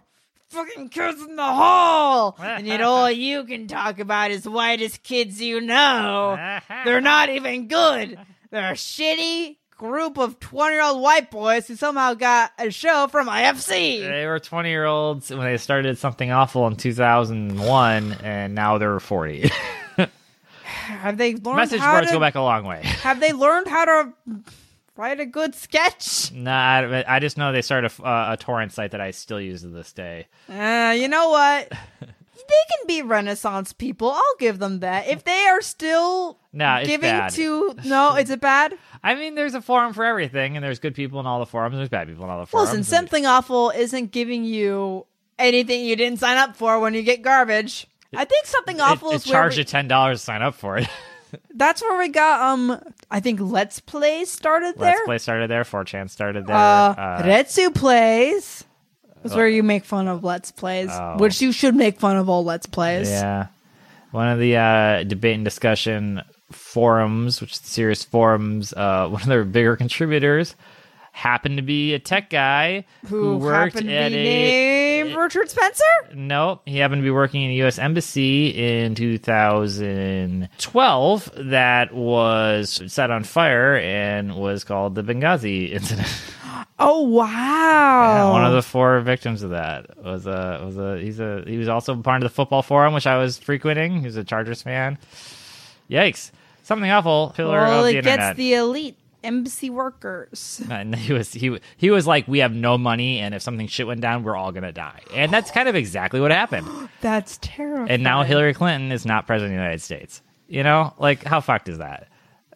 A: fucking kids in the hall. And yet all you can talk about is whitest kids you
B: "Ah,
A: know. They're not even good. They're a shitty group of 20 year old white boys who somehow got a show from IFC.
B: They were 20 year olds when they started something awful in 2001, and now they're 40.
A: Have they learned
B: Message
A: how
B: boards
A: to,
B: go back a long way.
A: Have they learned how to write a good sketch?
B: Nah, I, I just know they started a, uh, a torrent site that I still use to this day.
A: Uh, you know what? they can be Renaissance people. I'll give them that. If they are still
B: No, it's
A: giving
B: bad.
A: to no, is it bad?
B: I mean, there's a forum for everything, and there's good people in all the forums, and there's bad people in all the forums.
A: Listen,
B: and-
A: something awful isn't giving you anything you didn't sign up for when you get garbage. I think something
B: it,
A: awful
B: it
A: is where
B: charged
A: we,
B: you ten dollars to sign up for it.
A: that's where we got um I think Let's Play started
B: Let's
A: there.
B: Play started there. 4chan started there. uh,
A: uh, Retsu plays. That's where you make fun of Let's Plays,
B: Oh.
A: which you should make fun of all Let's Plays.
B: Yeah. One of the uh, debate and discussion forums, which is the serious forums, uh, one of their bigger contributors happened to be a tech guy
A: Who,
B: worked
A: happened to be
B: at a.
A: named Richard Spencer?
B: Nope, he happened to be working in the U.S. Embassy in 2012 that was set on fire and was called the Benghazi incident.
A: Oh wow!
B: Yeah, one of the four victims of that was a was a he's a he was also part of the football forum which I was frequenting. He was a Chargers fan. Yikes! Something awful. Pillar
A: well,
B: of
A: it
B: the
A: gets
B: internet.
A: the elite embassy workers.
B: and he was he he was like, we have no money, and if something shit went down, we're all gonna die. And that's kind of exactly what happened.
A: That's terrible.
B: And now Hillary Clinton is not president of the United States. You know, like how fucked is that?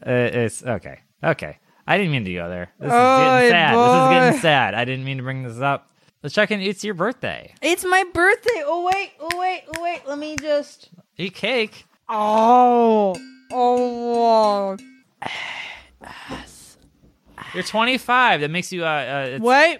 B: Uh, it's okay, okay. I didn't mean to go there. This is
A: Oy,
B: getting sad. This is
A: boy.
B: getting sad. I didn't mean to bring this up. Let's check in. It's your birthday.
A: it's my birthday. Oh wait, oh wait, oh wait. Let me just.
B: Eat cake.
A: Oh, oh.
B: You're 25. That makes you uh, uh it's,
A: Wait.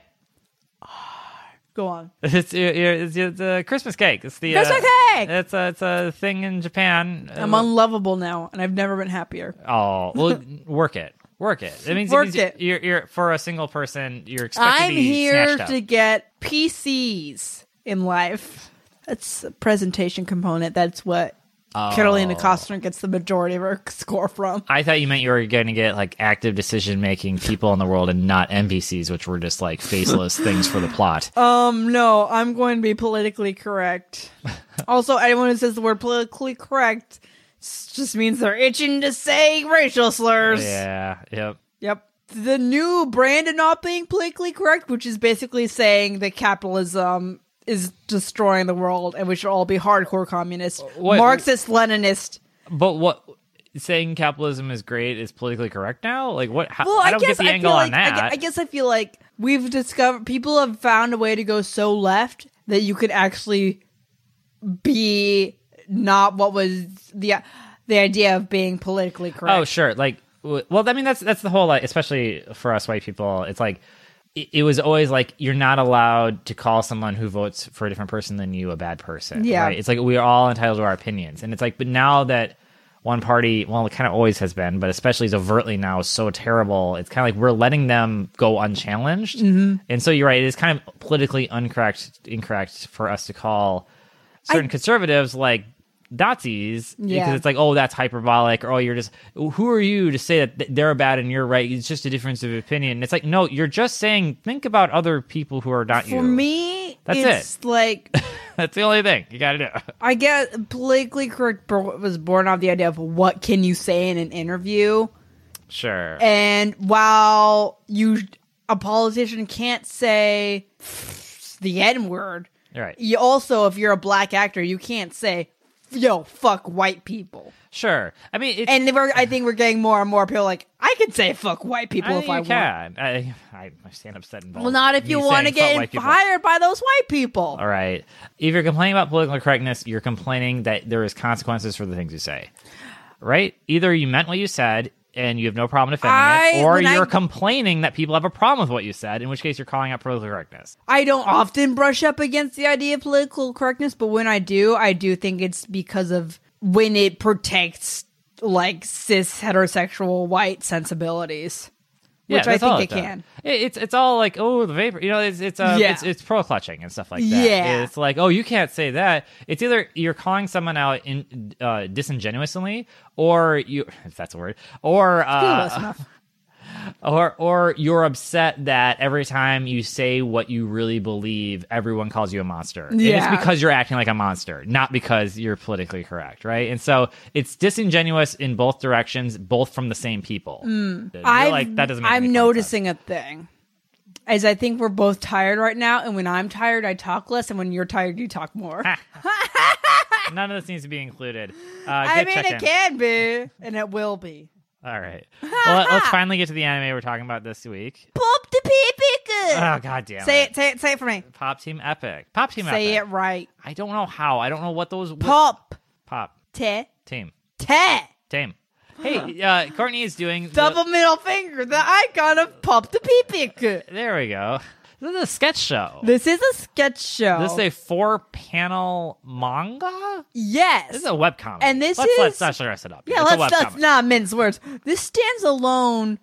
A: Ah, Go on.
B: It's, your- your- it's, your- it's a Christmas cake. It's the
A: Christmas
B: uh,
A: cake!
B: It's a it's a thing in Japan.
A: I'm unlovable now, and I've never been happier.
B: oh well, work it, work it. It means
A: Work
B: it means
A: it.
B: You're, you're for a single person. You're expected
A: I'm
B: to be
A: here
B: snatched
A: to
B: up.
A: get PCs in life. That's a presentation component. That's what
B: Oh.
A: Carolina Costner gets the majority of her score from.
B: I thought you meant you were going to get like active decision making people in the world and not NPCs, which were just like faceless things for the plot.
A: Um, no, I'm going to be politically correct. also, anyone who says the word politically correct s- just means they're itching to say racial slurs.
B: yeah. Yep.
A: Yep. The new brand of not being politically correct, which is basically saying that capitalism is destroying the world and we should all be hardcore communist,
B: Wait,
A: Marxist, Leninist.
B: But what? Saying capitalism is great is politically correct now? Like what? How,
A: Well, I,
B: I don't
A: guess
B: get the
A: I
B: angle
A: feel
B: on
A: like I
B: that.
A: gue- I, guess I feel like we've discovered people have found a way to go so left that you could actually be not what was the the idea of being politically correct.
B: Oh, sure. Like, w- well, I mean, that's that's the whole, like, especially for us white people. It's like it, it was always like you're not allowed to call someone who votes for a different person than you a bad person.
A: Yeah.
B: right? It's like we are all entitled to our opinions, and it's like, but now that one party, well, it kind of always has been, but especially is overtly now is so terrible. It's kind of like we're letting them go unchallenged,
A: Mm-hmm.
B: and so you're right. It is kind of politically incorrect, incorrect for us to call certain conservatives like Nazis
A: Yeah.
B: because it's like, oh, that's hyperbolic, or oh, you're just who are you to say that th- they're bad and you're right? It's just a difference of opinion. And it's like, no, you're just saying think about other people who are not you.
A: For me,
B: That's
A: it's like
B: that's the only thing you got to do.
A: I get politically correct bor- was born off the idea of what can you say in an interview,
B: sure.
A: and while you a politician can't say the n word,
B: You're right.
A: you also if you're a black actor you can't say yo fuck white people
B: Sure. I mean, it's,
A: and we're, i think we're getting more and more people like i can say fuck white people
B: I
A: if i
B: you
A: want
B: can. I, I, I stand upset and
A: well not if you want to get hired by those white people
B: All right. If you're complaining about political correctness, you're complaining that there is consequences for the things you say. Right? Either you meant what you said and you have no problem defending
A: I-
B: it, or
A: when I-
B: you're complaining that people have a problem with what you said, in which case you're calling out political correctness.
A: i don't often brush up against the idea of political correctness but when i do i do think it's because of when it protects like cis heterosexual white sensibilities,
B: Yeah,
A: which I
B: that's all
A: think it
B: does.
A: can.
B: It- it's it's all like oh the vapor, you know. It's it's uh,
A: Yeah.
B: it's, it's pro clutching and stuff like that.
A: Yeah.
B: it's like oh you can't say that. It's either you're calling someone out in uh, disingenuously, or you if that's a word, or
A: That's
B: uh,
A: enough.
B: or or you're upset that every time you say what you really believe, everyone calls you a monster. And
A: Yeah.
B: it's because you're acting like a monster, not because you're politically correct, right? And so it's disingenuous in both directions, both from the same people. You're
A: Hmm. I've-
B: like that doesn't. Make any
A: I'm
B: fucking sense.
A: noticing a thing. As I think we're both tired right now, and when I'm tired, I talk less, and when you're tired, you talk more.
B: None of this needs to be included. Uh,
A: I
B: get
A: mean,
B: check-in.
A: it can be, and it will be.
B: All right. Well, let- let's finally get to the anime we're talking about this week.
A: Pop the pee
B: Oh, god damn
A: Say it, say it, say it for me.
B: Pop Team Epic. Pop Team
A: Say it
B: Epic.
A: right.
B: I don't know how. I don't know what those. what-
A: Pop
B: Pop.
A: te
B: Team.
A: te.
B: Team. Hey, uh, Courtney is doing. the-
A: Double middle finger, the icon of pop the pee pee.
B: there we go. This is a sketch show.
A: This is a sketch show.
B: This is a four panel manga?
A: yes.
B: This is a webcomic.
A: And this
B: let's,
A: is-
B: Let's not dress it up.
A: yeah,
B: it's a
A: let's, let's
B: webcomic.
A: not mince words. This stands alone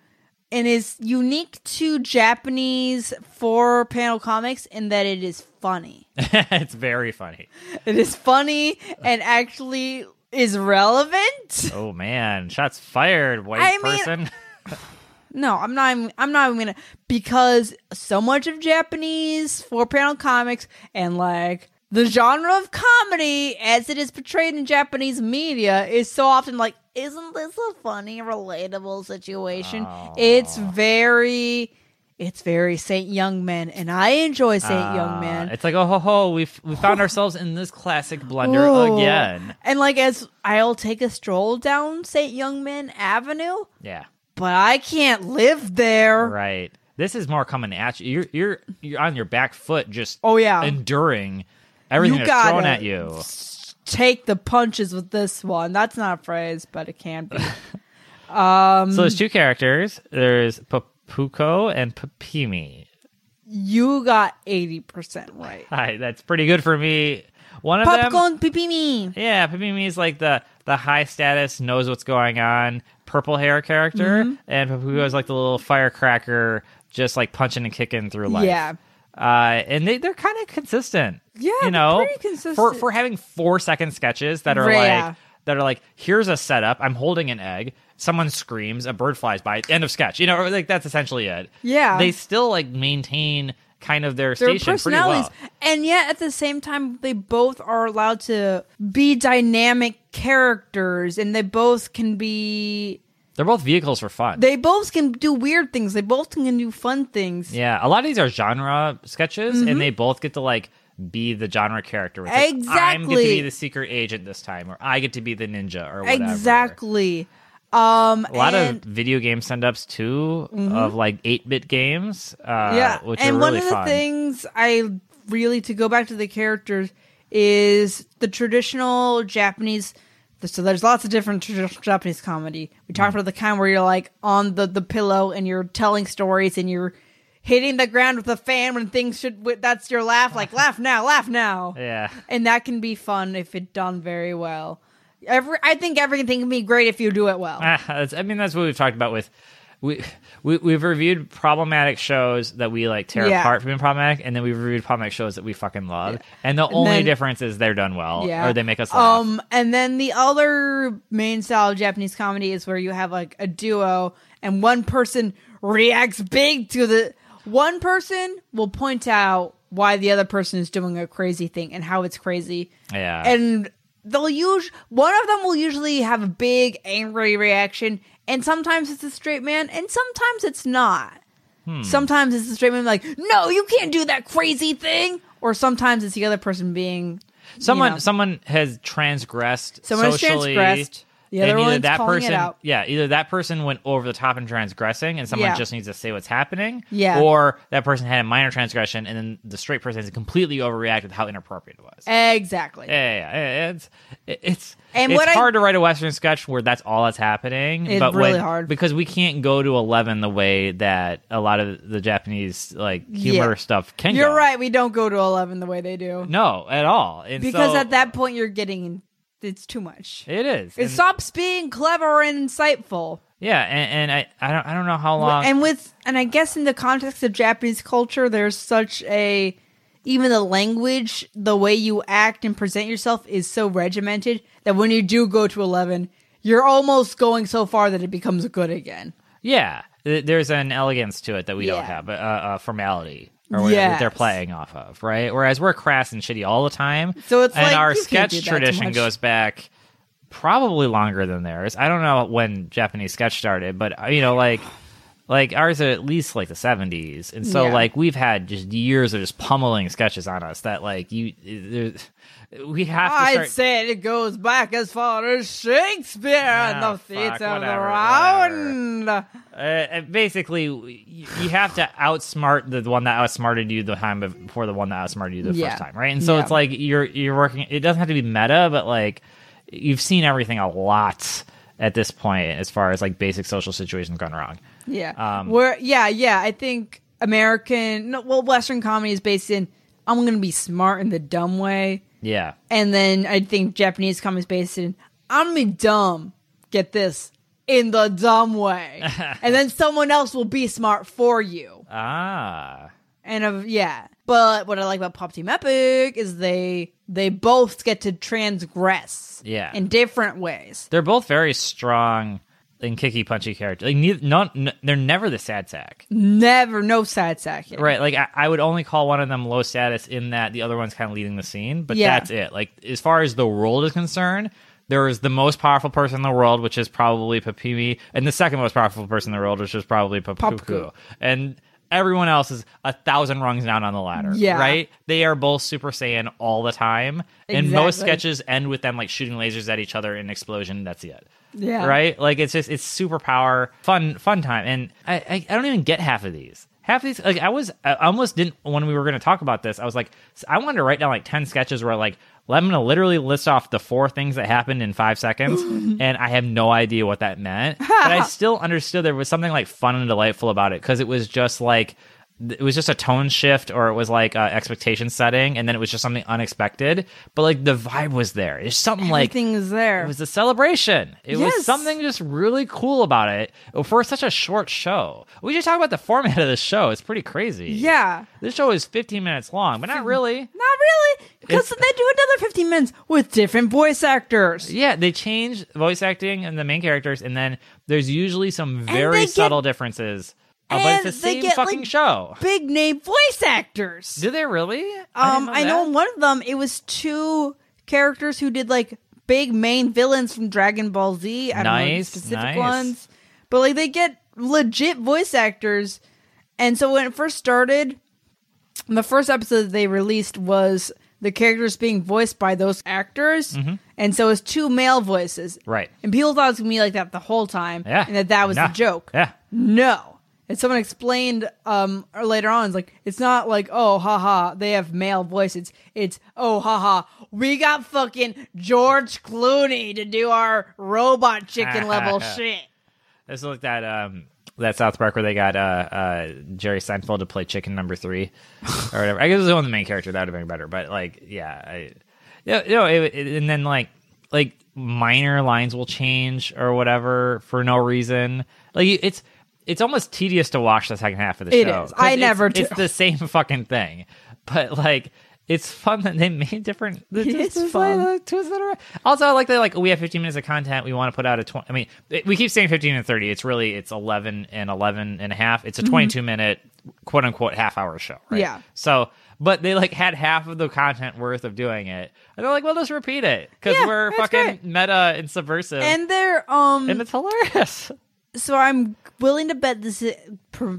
A: and is unique to Japanese four panel comics in that it is funny.
B: it's very funny.
A: it is funny and actually is relevant.
B: Oh, man. Shots fired, white
A: I mean-
B: person.
A: No, I'm not. Even, I'm not even gonna because so much of Japanese four panel comics and like the genre of comedy as it is portrayed in Japanese media is so often like, isn't this a funny, relatable situation? It's very, it's very Saint Young Men, and I enjoy Saint Young
B: Ah,
A: Men.
B: It's like, oh ho ho, we we found ourselves in this classic blunder
A: Ooh.
B: again.
A: And like as I'll take a stroll down Saint Young Men Avenue,
B: Yeah,
A: but I can't live there.
B: right. This is more coming at you. You're you're you're on your back foot, just
A: Oh yeah.
B: enduring everything
A: You
B: that's thrown
A: gotta-
B: at you.
A: take the punches with this one. That's not a phrase, but it can be.
B: so there's two characters. There's Papuko and Papimi.
A: you got 80% right.
B: Hi, that's pretty good for me. One of them,
A: Popcorn pipimi.
B: yeah, Papimi is like the the high status, knows what's going on, purple hair character,
A: Mm-hmm.
B: and Papuko is like the little firecracker, just like punching and kicking through life.
A: Yeah.
B: uh, and they they're kind of consistent.
A: Yeah,
B: you
A: they're
B: know,
A: pretty consistent.
B: for for having four second sketches that are
A: Yeah.
B: like that are like here's a setup. I'm holding an egg. Someone screams. A bird flies by. End of sketch. You know, or, like that's essentially it.
A: Yeah.
B: they still like maintain kind of their,
A: Their
B: station pretty well.
A: personalities. And yet at the same time, they both are allowed to be dynamic characters and they both can be.
B: They're both vehicles for fun.
A: They both can do weird things. They both can do fun things.
B: yeah, a lot of these are genre sketches,
A: Mm-hmm.
B: and they both get to like be the genre character. It's like, I'm get to
A: Exactly.
B: be the secret agent this time, or I get to be the ninja, or whatever.
A: Exactly. Um,
B: a lot
A: and, Mm-hmm.
B: of video game send ups too of like 8-bit games uh
A: yeah
B: which
A: and
B: are
A: one
B: really
A: of the
B: fun
A: things i really to go back to the characters is the traditional japanese so there's lots of different traditional japanese comedy we talked
B: Mm.
A: about the kind where you're like on the the pillow and you're telling stories and you're hitting the ground with a fan when things should wh- that's your laugh like laugh now laugh now
B: yeah
A: and that can be fun if it done very well Every, I think everything can be great if you do it well.
B: Ah, that's- i mean that's what we've talked about with we, we we've reviewed problematic shows that we like tear
A: Yeah.
B: apart from being problematic and then we've reviewed problematic shows that we fucking love and the only
A: then-
B: difference is they're done well
A: Yeah.
B: or they make us laugh
A: Um, and then the other main style of Japanese comedy is where you have like a duo and one person reacts big to the one person will point out why the other person is doing a crazy thing and how it's crazy.
B: yeah
A: And they'll use one of them will usually have a big angry reaction and sometimes it's a straight man and sometimes it's not.
B: Hmm.
A: Sometimes it's a straight man like, "No, you can't do that crazy thing." Or sometimes it's the other person being
B: someone
A: you know.
B: someone has transgressed
A: Someone's
B: socially
A: transgressed. The other
B: and either
A: one's
B: that
A: calling it
B: person
A: out.
B: yeah either that person went over the top and transgressing and someone
A: Yeah.
B: just needs to say what's happening
A: Yeah.
B: or that person had a minor transgression and then the straight person has completely overreacted with how inappropriate it was
A: Exactly.
B: yeah, yeah, yeah, it's it's
A: And
B: it's
A: what I-
B: hard to write a western sketch where that's all that's happening.
A: It's
B: but
A: really
B: when-
A: hard.
B: because we can't go to eleven the way that a lot of the Japanese like humor
A: Yeah.
B: stuff can.
A: You're
B: go.
A: right. We don't go to 11 the way they do.
B: No, at all. And
A: because
B: so-
A: at that point, you're getting it's too much.
B: It is.
A: It
B: And-
A: stops being clever and insightful.
B: yeah, and, and I, I don't I don't know how long.
A: and with and I guess in the context of Japanese culture, there's such a even the language, the way you act and present yourself is so regimented that when you do go to eleven, you're almost going so far that it becomes good again.
B: yeah, th- there's an elegance to it that we don't
A: Yeah.
B: have, a, a, a formality or whatever that they're
A: Yes.
B: playing off of, right? Whereas we're crass and shitty all the time.
A: So it's
B: and
A: like,
B: our
A: you can't do that
B: sketch
A: too
B: tradition
A: much.
B: goes back probably longer than theirs. I don't know when Japanese sketch started, but uh, you know, like like ours are at least like the 70s and so
A: Yeah.
B: like we've had just years of just pummeling sketches on us that like you there's- we have to
A: I'd
B: start
A: say it goes back as far as Shakespeare and
B: Ah,
A: the
B: fuck,
A: Theatre of the
B: whatever,
A: Round.
B: Uh, uh, basically, y- you have to outsmart the one that outsmarted you the time bef- before the one that outsmarted you the
A: Yeah.
B: first time, right? And so
A: Yeah.
B: it's like you're you're working. It doesn't have to be meta, but like you've seen everything a lot at this point as far as like basic social situations gone wrong.
A: Yeah.
B: Um,
A: Where yeah, yeah, I think American no, well western comedy is based in I'm going to be smart in the dumb way.
B: Yeah,
A: And then I think Japanese comedy is based in I'm gonna be dumb. Get this in the dumb way, and then someone else will be smart for you.
B: ah,
A: And of yeah, but what I like about Pop Team Epic is they they both get to transgress
B: Yeah.
A: in different ways.
B: they're both very strong and kicky, punchy characters. Like neither, not, n- they're never the sad sack.
A: Never no sad sack. here.
B: Right, like I, I would only call one of them low status in that the other one's kind of leading the scene, but
A: Yeah.
B: that's it. Like as far as the world is concerned, there is the most powerful person in the world, which is probably Papimi, and the second most powerful person in the world, which is probably Papuku,
A: Papuku.
B: and everyone else is a thousand rungs down on the ladder.
A: Yeah.
B: right. They are both Super Saiyan all the time, and most
A: Exactly.
B: sketches end with them like shooting lasers at each other in an explosion. That's it.
A: Yeah.
B: Right? Like it's just it's superpower fun fun time. And I, I I don't even get half of these. Half of these like I was I almost didn't when we were going to talk about this. I was like s- I wanted to write down like 10 sketches where like well, I'm going to literally list off the four things that happened in 5 seconds and I have no idea what that meant. But I still understood there was something like fun and delightful about it cuz it was just like it was just a tone shift or it was like uh, expectation setting and then it was just something unexpected but like the vibe was there there's something like
A: Everything is there.
B: it was a celebration. It was
A: Yes.
B: something just really cool about it for such a short show. We should talk about the format of the show. It's pretty crazy.
A: yeah.
B: This show is 15 minutes long, but not really.
A: Not really, because they do another 15 minutes with different voice actors.
B: Yeah, they change voice acting and the main characters, and then there's usually some very
A: they get-
B: subtle differences. Uh, but
A: and
B: it's the
A: they
B: same
A: get,
B: fucking
A: like-
B: show.
A: Big name voice actors.
B: Do they really?
A: Um, I know
B: that.
A: in one of them, it was two characters who did like big main villains from Dragon Ball Z. I don't know the
B: Nice,
A: specific
B: nice.
A: ones, but like they get legit voice actors. And so when it first started, the first episode that they released was the characters being voiced by those actors, and so it was two male voices.
B: Mm-hmm. Right.
A: And people thought it was gonna be like that the whole time,
B: Yeah.
A: and that that was
B: Nah.
A: the joke.
B: Yeah.
A: No. And someone explained um or later on, it's like it's not like oh haha they have male voices. It's oh haha we got fucking George Clooney to do our robot chicken level shit.
B: It's like that um that South Park where they got uh, uh Jerry Seinfeld to play chicken number three or whatever. I guess it was on the main character that would have been better, but like yeah, I, you know, it, it- and then like like minor lines will change or whatever for no reason. Like it's it's almost tedious to watch the second half of the
A: It
B: show.
A: is.
B: 'Cause
A: I
B: it's-
A: never do.
B: It's the same fucking thing, but like. It's fun that they made different. It
A: is fun.
B: like, twist it around. Also, I like that. Like, we have 15 minutes of content. We want to put out a 20. I mean, it- we keep saying 15 and 30. It's really it's 11 and 11 and a half. It's a 22 minute quote unquote half hour show. Right?
A: Mm-hmm. Yeah.
B: So, but they like had half of the content worth of doing it, and they're like, "We'll just repeat it because
A: Yeah,
B: we're
A: that's
B: fucking
A: great.
B: meta and subversive, and,
A: And they're um
B: it's hilarious."
A: so I'm willing to bet this i- per-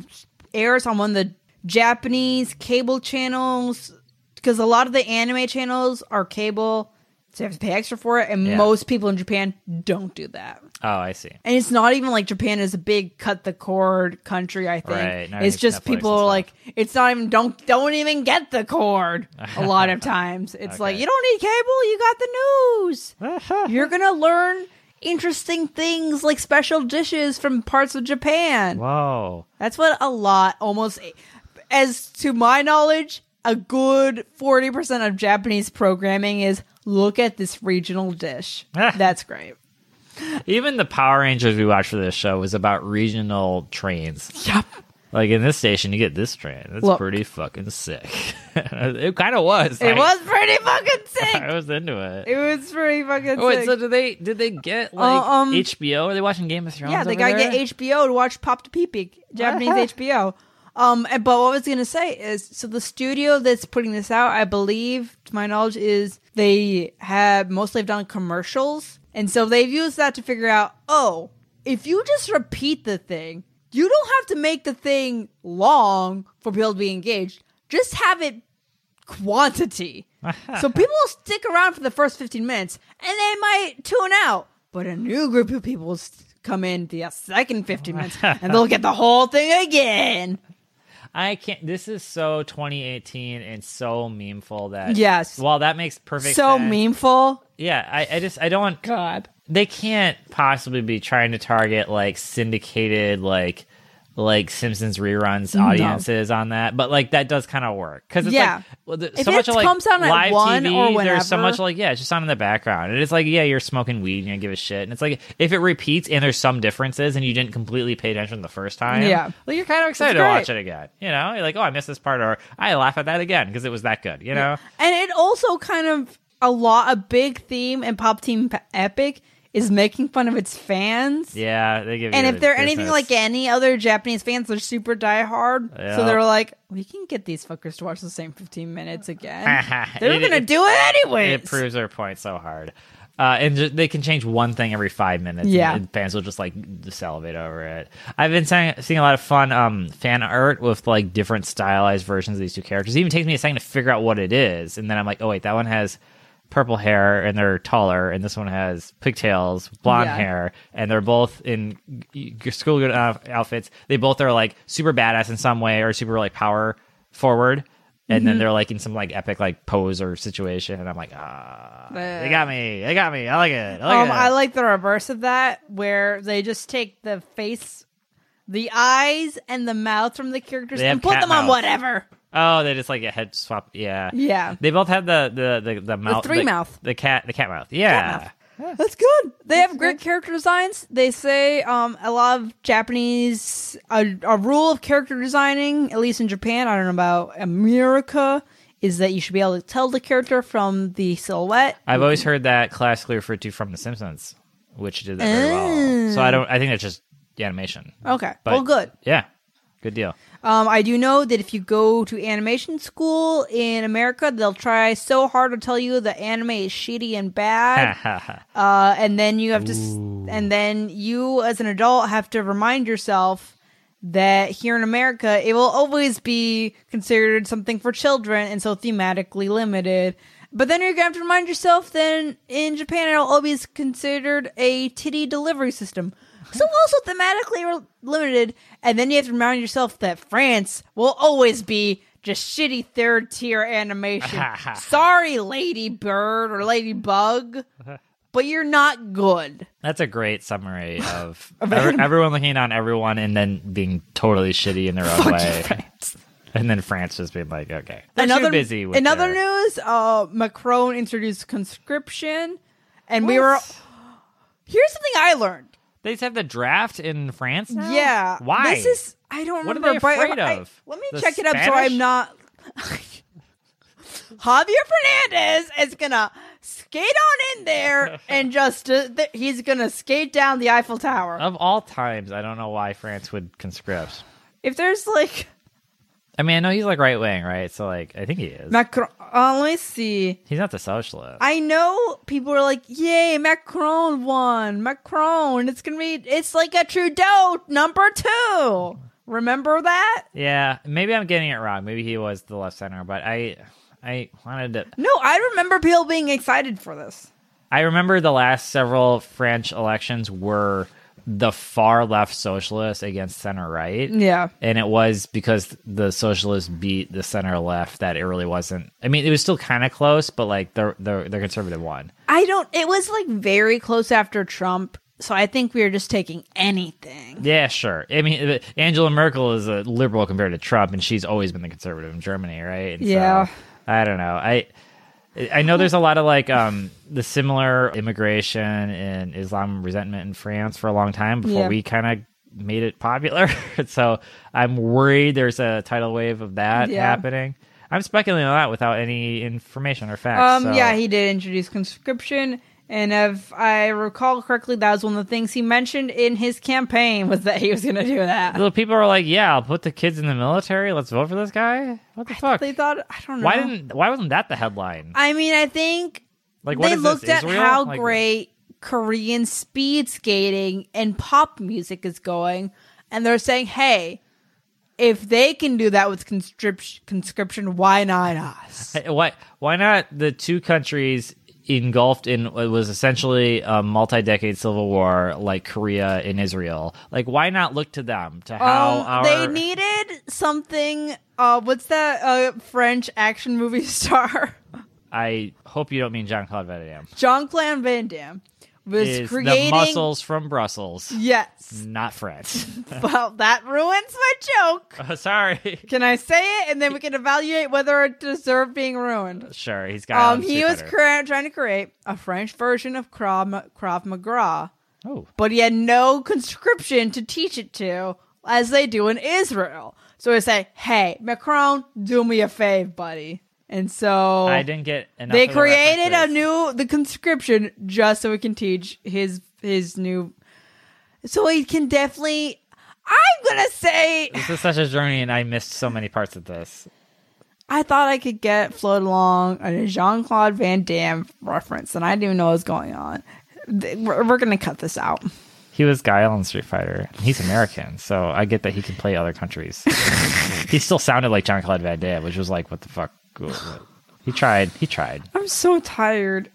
A: airs on one of the Japanese cable channels because a lot of the anime channels are cable, so you have to pay extra for it, and
B: Yeah.
A: most people in Japan don't do that.
B: Oh, I see.
A: And it's not even like Japan is a big cut the cord country. I think
B: Right, not
A: it's
B: even
A: just
B: Netflix
A: people are
B: and stuff.
A: like it's not even don't don't even get the cord. A lot of times it's like
B: Okay.
A: you don't need cable. You got the news. You're gonna learn interesting things like special dishes from parts of Japan.
B: Whoa.
A: That's what a lot almost as to my knowledge a good 40% of Japanese programming is look at this regional dish. That's great.
B: Even the Power Rangers we watched for this show was about regional trains.
A: Yep.
B: Like in this station, you get this train. That's
A: Look.
B: pretty fucking sick. it kind of was.
A: It
B: like,
A: was pretty fucking sick.
B: I was into it.
A: It was pretty fucking
B: Oh, wait,
A: sick.
B: so did they did they get like
A: Uh, um,
B: HBO? Are they watching Game of Thrones?
A: yeah, they
B: over
A: gotta
B: there?
A: get HBO to watch Pop to Peepee, Japanese HBO. Um, and- but what I was gonna say is, so the studio that's putting this out, I believe, to my knowledge, is they have mostly have done commercials, and so they've used that to figure out, oh, if you just repeat the thing, you don't have to make the thing long for people to be engaged. Just have it quantity. so people will stick around for the first 15 minutes and they might tune out, but a new group of people will s- come in the uh, second 15 minutes and they'll get the whole thing again.
B: I can't. This is so 2018 and so memeful that
A: Yes.
B: Well, that makes perfect.
A: So
B: sense.
A: memeful.
B: Yeah, I, I just I don't want.
A: God.
B: They can't possibly be trying to target like syndicated like like Simpsons reruns audiences on that, but like that does kind of work because it's
A: Yeah.
B: like well, the,
A: If
B: so
A: it
B: much of, like
A: comes on at
B: live
A: one
B: TV.
A: or
B: There's so
A: whenever-
B: much like yeah, it's just on in the background, and it's like yeah, you're smoking weed and you don't give a shit, and it's like if it repeats and there's some differences and you didn't completely pay attention the first time,
A: Yeah.
B: well, you're kind of excited to
A: great.
B: watch it again. You know, you're like oh, I missed this part, or I laugh at that again because it was that good. You know,
A: And it also kind of a lot, a big theme in Pop Team P- Epic is making fun of its fans.
B: yeah, they give.
A: And
B: you
A: if
B: the
A: they're anything
B: business.
A: like any other Japanese fans, they're super diehard. So
B: Yeah.
A: they're like, we can get these fuckers to watch the same 15 minutes again. they're
B: It-
A: going to
B: it-
A: do it anyways.
B: It proves their point so hard. Uh, and ju- they can change one thing every five minutes. and-
A: Yeah.
B: And, fans will just like salivate over it. I've been seeing, seeing a lot of fun um, fan art with like different stylized versions of these two characters. It even takes me a second to figure out what it is. And then I'm like, oh, wait, that one has purple hair and they're taller. And this one has pigtails, blonde
A: Yeah.
B: hair. And they're both in g- g- school good out- outfits. They both are like super badass in some way or super like power forward. And
A: Mm-hmm.
B: then they're like in some like epic like pose or situation, and I'm like, ah,
A: Uh,
B: they got me, they got me. I like it. I like
A: Um,
B: it.
A: I like the reverse of that, where they just take the face, the eyes, and the mouth from the characters
B: They have
A: and put
B: cat
A: them on
B: mouths.
A: whatever.
B: Oh, they just like a head swap. Yeah,
A: Yeah.
B: They both have the the the, the mouth,
A: three mouth.
B: the cat, the cat mouth. Yeah,
A: That's good. They have great character designs. They say um, a lot of Japanese a, a rule of character designing, at least in Japan, I don't know about America, is that you should be able to tell the character from the silhouette.
B: I've always heard that classically referred to from The Simpsons, which did that very well. So I don't. I think that's just the animation.
A: Okay.
B: But-
A: Oh. well, good.
B: Yeah, good deal.
A: Um, I do know that if you go to animation school in America, they'll try so hard to tell you the anime is shitty and bad, uh, and then you have to, s- and then you as an adult have to remind yourself that here in America, it will always be considered something for children and so thematically limited. But then you're gonna have to remind yourself then in Japan, it'll always be considered a titty delivery system. So also thematically re- limited, and then you have to remind yourself that France will always be just shitty third tier animation. Sorry, Ladybird or Ladybug, but you're not good.
B: That's a great summary of every, everyone looking on everyone and then being totally shitty in their own way. And then France just being like, okay, they're too
A: another
B: busy. With
A: another
B: their-
A: news. Uh, Macron introduced conscription, and we were. Here's something I learned.
B: They just have the draft in France. Now?
A: Yeah,
B: why?
A: This is I don't
B: What are
A: remember.
B: they
A: but
B: afraid
A: I-
B: of?
A: let me
B: The
A: check it up so
B: Spanish?
A: I'm not. Javier Fernandez is gonna skate on in there and just uh, th- he's gonna skate down the Eiffel Tower.
B: of all times. I don't know why France would conscript.
A: if there's like
B: I mean, I know he's like right wing, right? So like, I think he is.
A: Macron, uh, let me see.
B: he's not the socialist.
A: I know people are like, "Yay, Macron won! Macron! It's gonna be it's like a Trudeau number two. Remember that?
B: yeah, maybe I'm getting it wrong. Maybe he was the left center, but I, I wanted to.
A: No, I remember people being excited for this.
B: I remember the last several French elections were the far left socialists against center right.
A: Yeah,
B: And it was because the socialists beat the center left that it really wasn't. I mean, it was still kind of close, but like the the, the conservative won.
A: I don't. It was like very close after Trump, So I think we are just taking anything.
B: Yeah, sure. I mean, uh, Angela Merkel is a liberal compared to Trump, and she's always been the conservative in Germany, right? And so,
A: Yeah.
B: I don't know. I I know there's a lot of like um the similar immigration and Islam resentment in France for a long time before
A: Yeah.
B: we kind of made it popular. so I'm worried there's a tidal wave of that
A: Yeah.
B: happening. I'm speculating on that without any information or facts.
A: Um,
B: so-
A: yeah, he did introduce conscription, and if I recall correctly, that was one of the things he mentioned in his campaign was that he was going to do that.
B: The people are like, yeah, I'll put the kids in the military. Let's vote for this guy. What the fuck?
A: They thought I don't know.
B: Why didn't? Why wasn't that the headline?
A: I mean, I think
B: Like what
A: they
B: is
A: looked at
B: this, Israel?
A: how
B: Like,
A: great Korean speed skating and pop music is going, and they're saying, "Hey, if they can do that with conscription, conscription why not us?"
B: Why? Why not the two countries engulfed in what was essentially a multi-decade civil war, like Korea and Israel? Like, why not look to them to how
A: Um,
B: our
A: They needed something. Uh, what's that uh, French action movie star?
B: I hope you don't mean Jean Claude Van Damme.
A: John Plan Van Damme was
B: Is
A: creating.
B: the muscles Mm. from Brussels,
A: Yes.
B: not France?
A: well, that ruins my joke.
B: oh, sorry.
A: Can I say it? And then we can evaluate whether it deserved being ruined.
B: Sure, he's got.
A: Um,
B: it
A: he
B: on
A: was
B: Street Fighter.
A: cre- trying to create a French version of Krav, Krav Maga,
B: oh,
A: but he had no conscription to teach it to, as they do in Israel. So he say, "Hey, Macron, do me a favor, buddy." And so
B: I didn't get. Enough
A: they
B: of the
A: created a
B: references.
A: new the conscription just so he can teach his his new so he can definitely i'm gonna say
B: This is such a journey, and I missed so many parts of this.
A: i thought i could get float along on a jean-claude van damme reference and i didn't even know what was going on Th- we're, we're gonna cut this out
B: He was Guile in Street Fighter. He's American, so I get that he can play other countries. he still sounded like John Claude Van Damme, which was like, what the fuck? He tried. He tried.
A: i'm so tired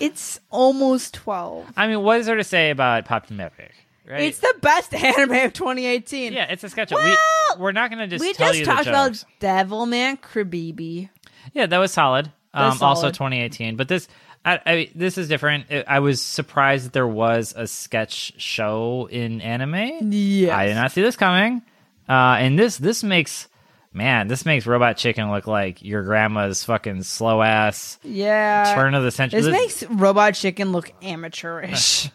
A: it's almost 12
B: I mean, what is there to say about Pop Mythic? Right?
A: it's the best anime of 2018
B: yeah, it's a sketch.
A: Well,
B: we, we're not going to just
A: we
B: tell
A: just
B: you
A: talked
B: the
A: about
B: jokes.
A: devilman kribibi
B: Yeah, that was solid. Um,
A: was
B: Also
A: solid.
B: 2018, but this I, I, this is different. I- I was surprised that there was a sketch show in anime.
A: Yes.
B: I did not see this coming. Uh, and this this makes man, this makes Robot Chicken look like your grandma's fucking slow ass
A: yeah
B: turn of the century.
A: Uh, This makes Robot Chicken look amateurish.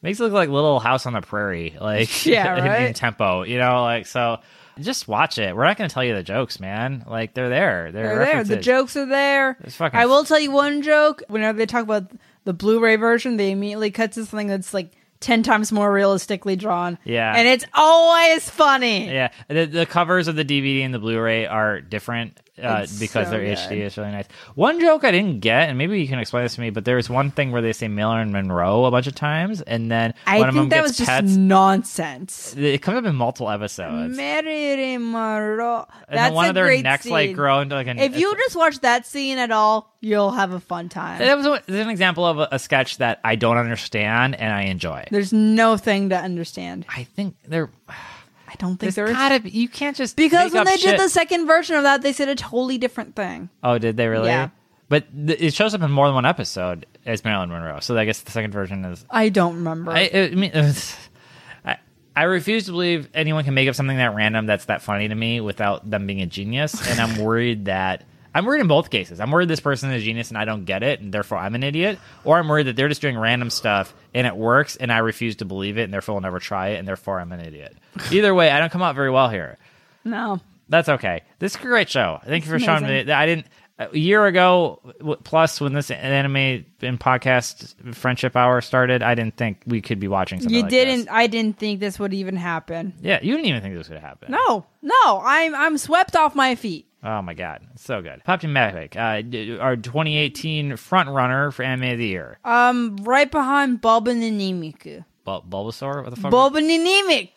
B: makes it look like Little House on the Prairie, like
A: Yeah,
B: in- in,
A: right?
B: tempo. You know, like so. Just watch it. We're not going to tell you the jokes, man. Like they're there. They're,
A: They're there. The
B: references.
A: jokes are there.
B: It's fucking-
A: I will tell you one joke. Whenever they talk about the Blu-ray version, they immediately cut to something that's like ten times more realistically drawn.
B: Yeah.
A: and it's always funny.
B: Yeah, the, the covers of the DVD and the Blu-ray are different uh,
A: It's
B: because
A: so
B: they're
A: good.
B: HD. It's really nice. One joke I didn't get, and maybe you can explain this to me, but there's one thing where they say Miller and Monroe a bunch of times, and then
A: I
B: one of them
A: think that
B: gets
A: was just
B: pets.
A: nonsense.
B: it comes up in multiple episodes.
A: Mary Maro.
B: and
A: That's
B: then one
A: a
B: of their
A: great
B: necks
A: scene.
B: like grow into like an.
A: if you just watch that scene at all, you'll have a fun time.
B: that was, a- this is an example of a, a sketch that I don't understand and I enjoy.
A: There's no thing to understand.
B: I think there.
A: I don't think
B: There's
A: there is.
B: gotta be. You can't just
A: Because
B: make
A: when
B: up
A: they
B: shit.
A: did the second version of that, they said a totally different thing.
B: Oh, did they really?
A: Yeah.
B: But th- it shows up in more than one episode as Marilyn Monroe. So I guess the second version is.
A: I don't remember.
B: I, I mean, I, I refuse to believe anyone can make up something that random that's that funny to me without them being a genius. And I'm worried that. I'm worried in both cases. I'm worried this person is a genius and I don't get it, and therefore I'm an idiot. Or I'm worried that they're just doing random stuff and it works, and I refuse to believe it, and therefore I'll never try it, and therefore I'm an idiot. Either way, I don't come out very well here.
A: no.
B: That's okay. This is a great show. Thank you for showing me.
A: amazing.
B: I didn't a year ago w- plus when this anime and podcast friendship hour started. I didn't think we could be watching. Something
A: You
B: like this.
A: didn't I didn't think this would even happen.
B: Yeah, you didn't even think this would happen.
A: No. No, I'm I'm swept off my feet.
B: Oh my god, it's so good. Pop Mavic, uh, d- our 2018 front runner for anime of the year.
A: Um right behind Bulbin and Nimiku.
B: Bul- Bulbasaur, what the fuck?
A: Bulbin and Nimic.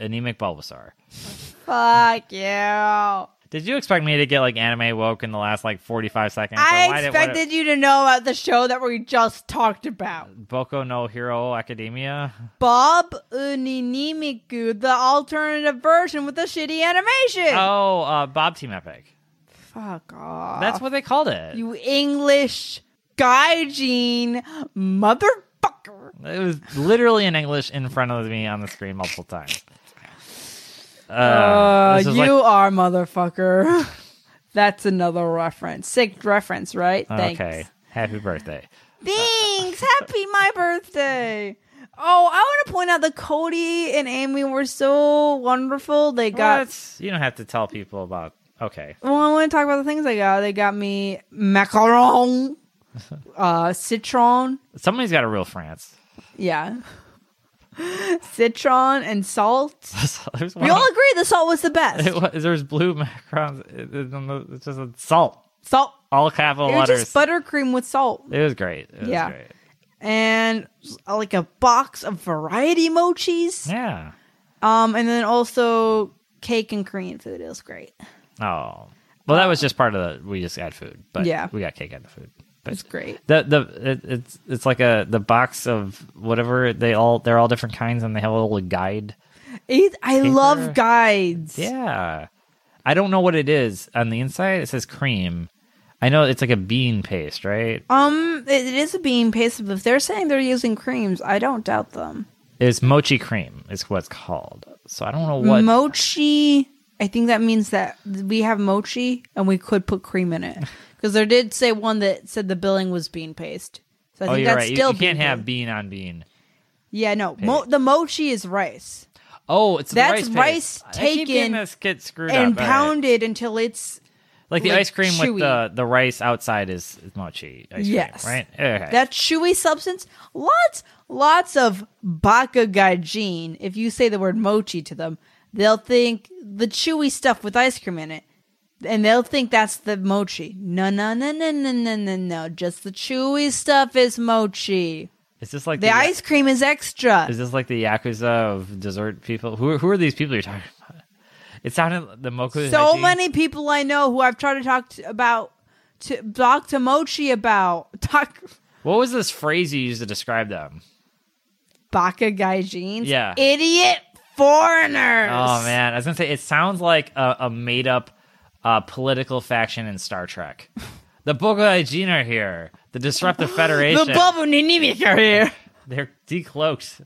B: Anemic Bulbasaur.
A: Fuck yeah.
B: Did you expect me to get like anime woke in the last like 45 seconds? Or
A: I
B: why did- what-
A: expected you to know about the show that we just talked about.
B: Boku no Hero Academia.
A: Bob Uninimiku, the alternative version with the shitty animation.
B: Oh, uh, Bob Team Epic.
A: Fuck off.
B: That's what they called it.
A: You English gaijin motherfucker.
C: motherfucker.
B: It was literally in English in front of me on the screen multiple times. Uh,
A: Uh,
B: this
A: you
B: is like-
A: are motherfucker. That's another reference. Sick reference, right? Thanks.
B: okay. Happy birthday.
A: Thanks. Happy my birthday. Oh, I want to point out that Cody and Amy were so wonderful. They got.
B: What? You don't have to tell people about. Okay.
A: Well, I want to talk about the things they got. They got me macaron, uh, citron.
B: Somebody's got a real France.
A: Yeah. citron and salt.
B: There's
A: We
B: one-
A: all agree the salt was the
B: It
A: best.
B: was, there's blue macarons. It- it- it- It's just a salt.
A: Salt.
B: All capital
A: It was
B: letters.
A: just buttercream with salt.
B: it was great. It was
A: Yeah.
B: great.
A: and uh, like a box of variety mochis.
B: Yeah.
A: Um, and then also cake and Korean food. It was great.
B: Oh. Well, that was just part of the. We just got food, but
A: Yeah.
B: we got cake and the food. But
A: It's great.
B: the the it, it's it's like a the box of whatever they all they're all different kinds and they have a little guide.
A: It, I love guides.
B: Yeah, I don't know what it is on the inside. It says cream. I know it's like a bean paste, right?
A: Um, it, it is a bean paste, but if they're saying they're using creams, I don't doubt them.
B: It's mochi cream. Is what it's called. So I don't know what.
A: Mochi. I think that means that we have mochi and we could put cream in it because there did say one that said the billing was bean paste. So I
B: oh,
A: think
B: you're
A: that's
B: right. You-
A: still
B: you, can't
A: bean
B: have
A: paste.
B: bean on bean.
A: Yeah, no. Mo- the mochi is rice.
B: Oh, it's
A: That's
B: the rice.
A: rice
B: paste. I keep getting
A: taken
B: this get screwed
A: and
B: up. All right.
A: pounded until it's
B: like the
A: like,
B: ice cream with
A: chewy.
B: the, the rice outside is, is mochi ice
A: Yes.
B: cream, right? Okay.
A: that chewy substance. Lots, lots of baka gaijin. If you say the word mochi to them, they'll think the chewy stuff with ice cream in it, and they'll think that's the mochi. No, no, no, no, no, no, no, no. Just the chewy stuff is mochi.
B: is this like
A: The ice cream is extra.
B: Is this like the yakuza of dessert people? Who are- who are these people you're talking about? It sounded the moku.
A: so
B: Haji-
A: many people I know who I've tried to talk to about to talk to mochi about talk.
B: What was this phrase you used to describe them?
A: Baka gaijins.
B: Yeah.
A: Idiot foreigners.
B: Oh man, I was gonna say it sounds like a, a made up uh, political faction in Star Trek. the Bogaijin are here. The Disruptive Federation.
A: The bubble ninimik are here.
B: They're decloaked.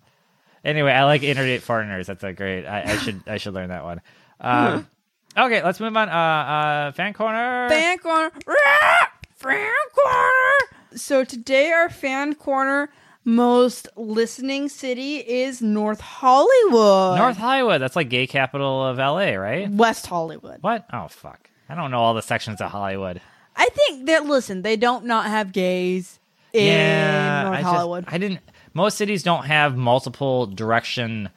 B: Anyway, I like internet foreigners. That's a great. I, I should I should learn that one. Um, okay, let's move on. Uh, uh, fan corner.
A: Fan corner. Rah! Fan corner. So today our fan corner most listening city is North Hollywood.
B: North Hollywood. That's like gay capital of L.A. Right?
A: West Hollywood.
B: What? Oh fuck! I don't know all the sections of Hollywood.
A: I think that listen, they don't not have gays in North
B: I just-
A: Hollywood.
B: I didn't. Most cities don't have multiple direction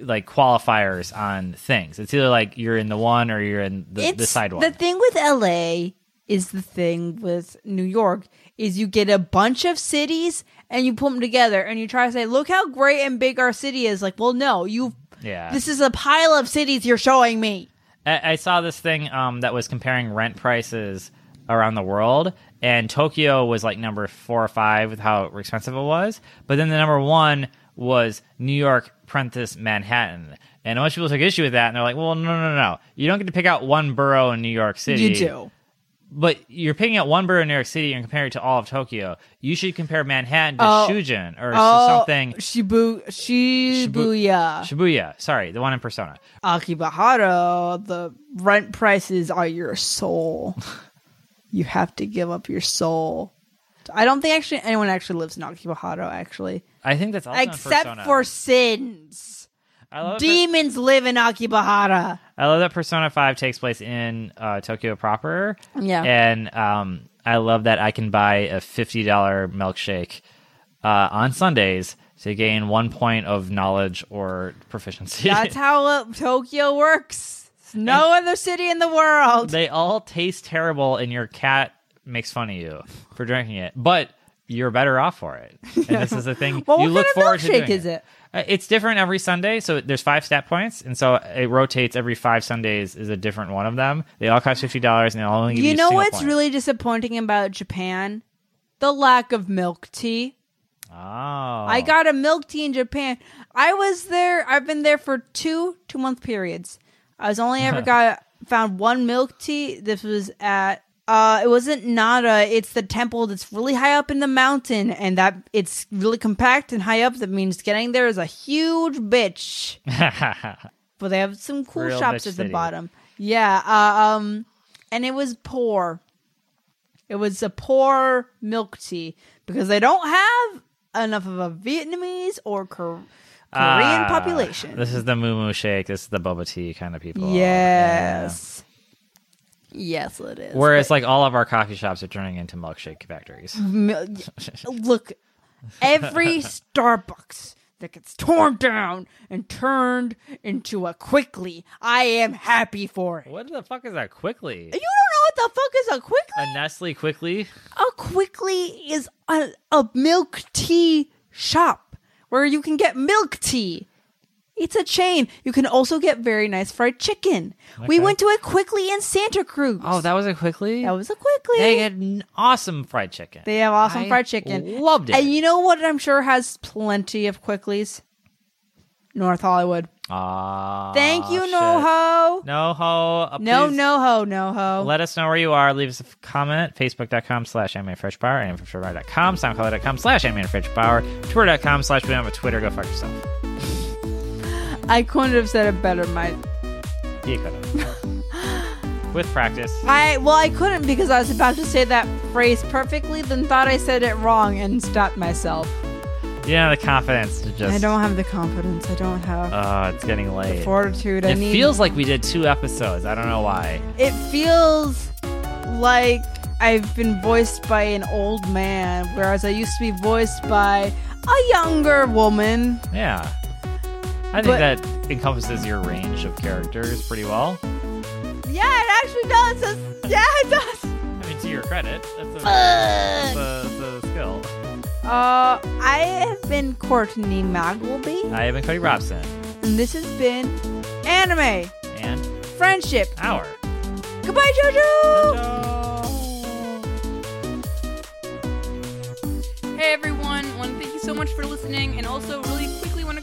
B: like qualifiers on things. It's either like you're in the one or you're in the, the
A: It's-
B: side one.
A: The thing with LA is the thing with New York is you get a bunch of cities and you put them together and you try to say, look how great and big our city is. Like, well, no, you.
B: Yeah.
A: This is a pile of cities you're showing me.
B: I, I saw this thing um, that was comparing rent prices around the world, and Tokyo was like number four or five with how expensive it was. But then the number one was New York, Prentice, Manhattan. And a bunch of people took issue with that, and they're like, well, no, no, no, no. You don't get to pick out one borough in New York City.
A: You do.
B: But you're picking out one borough in New York City and comparing it to all of Tokyo. You should compare Manhattan to
A: Oh.
B: Shujin or s-
A: Oh,
B: something.
A: Shibu- Shibuya.
B: Shibuya, sorry, the one in Persona.
A: Akibahara, the rent prices are your soul. you have to give up your soul. I don't think actually anyone actually lives in Akibahara, actually.
B: I think that's also in
A: except
B: Persona.
A: for sins.
B: I love that-
A: Demons live in Akibahara.
B: I love that Persona Five takes place in uh, Tokyo proper.
A: Yeah.
B: and um, I love that I can buy a fifty dollar milkshake uh, on Sundays to gain one point of knowledge or proficiency.
A: That's how uh, Tokyo works. It's no other city in the world.
B: they all taste terrible, and your cat makes fun of you for drinking it, but you're better off for it. And this is a thing
A: Well,
B: you
A: what
B: look
A: kind of
B: forward to.
A: milkshake
B: doing
A: is it?
B: Uh, It's different every Sunday, so there's five stat points, and so it rotates every five Sundays is a different one of them. They all cost fifty dollars, and they all only give you.
A: you
B: a
A: know
B: single
A: what's
B: point.
A: really disappointing about Japan? The lack of milk tea.
B: Oh,
A: I got a milk tea in Japan. I was there. I've been there for two two month periods. I was only ever got found one milk tea. This was at Uh, it wasn't Nada. It's the temple that's really high up in the mountain, and that it's really compact and high up. That means getting there is a huge bitch. But they have some cool
B: Real
A: shops
B: bitch
A: at the
B: city.
A: bottom. Yeah. Uh, um, and it was poor. It was a poor milk tea because they don't have enough of a Vietnamese or Kor- Korean
B: Ah,
A: population.
B: This is the moo moo shake. This is the boba tea kind of people.
A: yes. Yes, it is.
B: Yeah. Whereas, like, all of our coffee shops are turning into milkshake factories.
A: Mil- look, every Starbucks that gets torn down and turned into a quickly, I am happy for it.
B: What the fuck is that? Quickly.
A: You don't know what the fuck is a quickly?
B: A Nestle quickly?
A: A quickly is a, a milk tea shop where you can get milk tea. It's a chain. You can also get very nice fried chicken. We
B: Okay.
A: went to a quickly in Santa Cruz.
B: Oh, that was a quickly?
A: that was a quickly.
B: They had an awesome fried chicken.
A: They have awesome
B: I
A: fried chicken.
B: loved it.
A: And you know what I'm sure has plenty of Quicklies? North Hollywood.
B: Ah,
A: Thank you,
B: shit.
A: NoHo.
B: No ho. Uh,
A: No,
B: please
A: no ho, no ho.
B: Let us know where you are. Leave us a f- comment. Facebook.com slash animefreshpower, animefreshpower.com, soundcloud.com slash animefreshpower, twitter.com slash we don't have a Twitter. Go fuck yourself.
A: I couldn't have said it better. My,
B: You could have. With practice.
A: I well, I couldn't because I was about to say that phrase perfectly, then thought I said it wrong and stopped myself.
B: You don't have the confidence to just.
A: I don't have the confidence. I don't have
B: Oh, it's getting late.
A: fortitude. I
B: it
A: need.
B: feels like we did two episodes. I don't know why.
A: it feels like I've been voiced by an old man, whereas I used to be voiced by a younger woman.
B: Yeah. I think
A: But-
B: that encompasses your range of characters pretty well.
A: Yeah, it actually does. It's- yeah, it does.
B: I mean, to your credit, that's a,
A: Fuck.
B: that's a, that's a skill.
A: Uh, I have been Courtney Magleby,
B: I have been Cody Robson,
A: and this has been Anime
B: and
A: Friendship.
B: our.
A: Goodbye, JoJo.
B: Oh,
C: Hey everyone, want to thank you so much for listening, and also really quickly want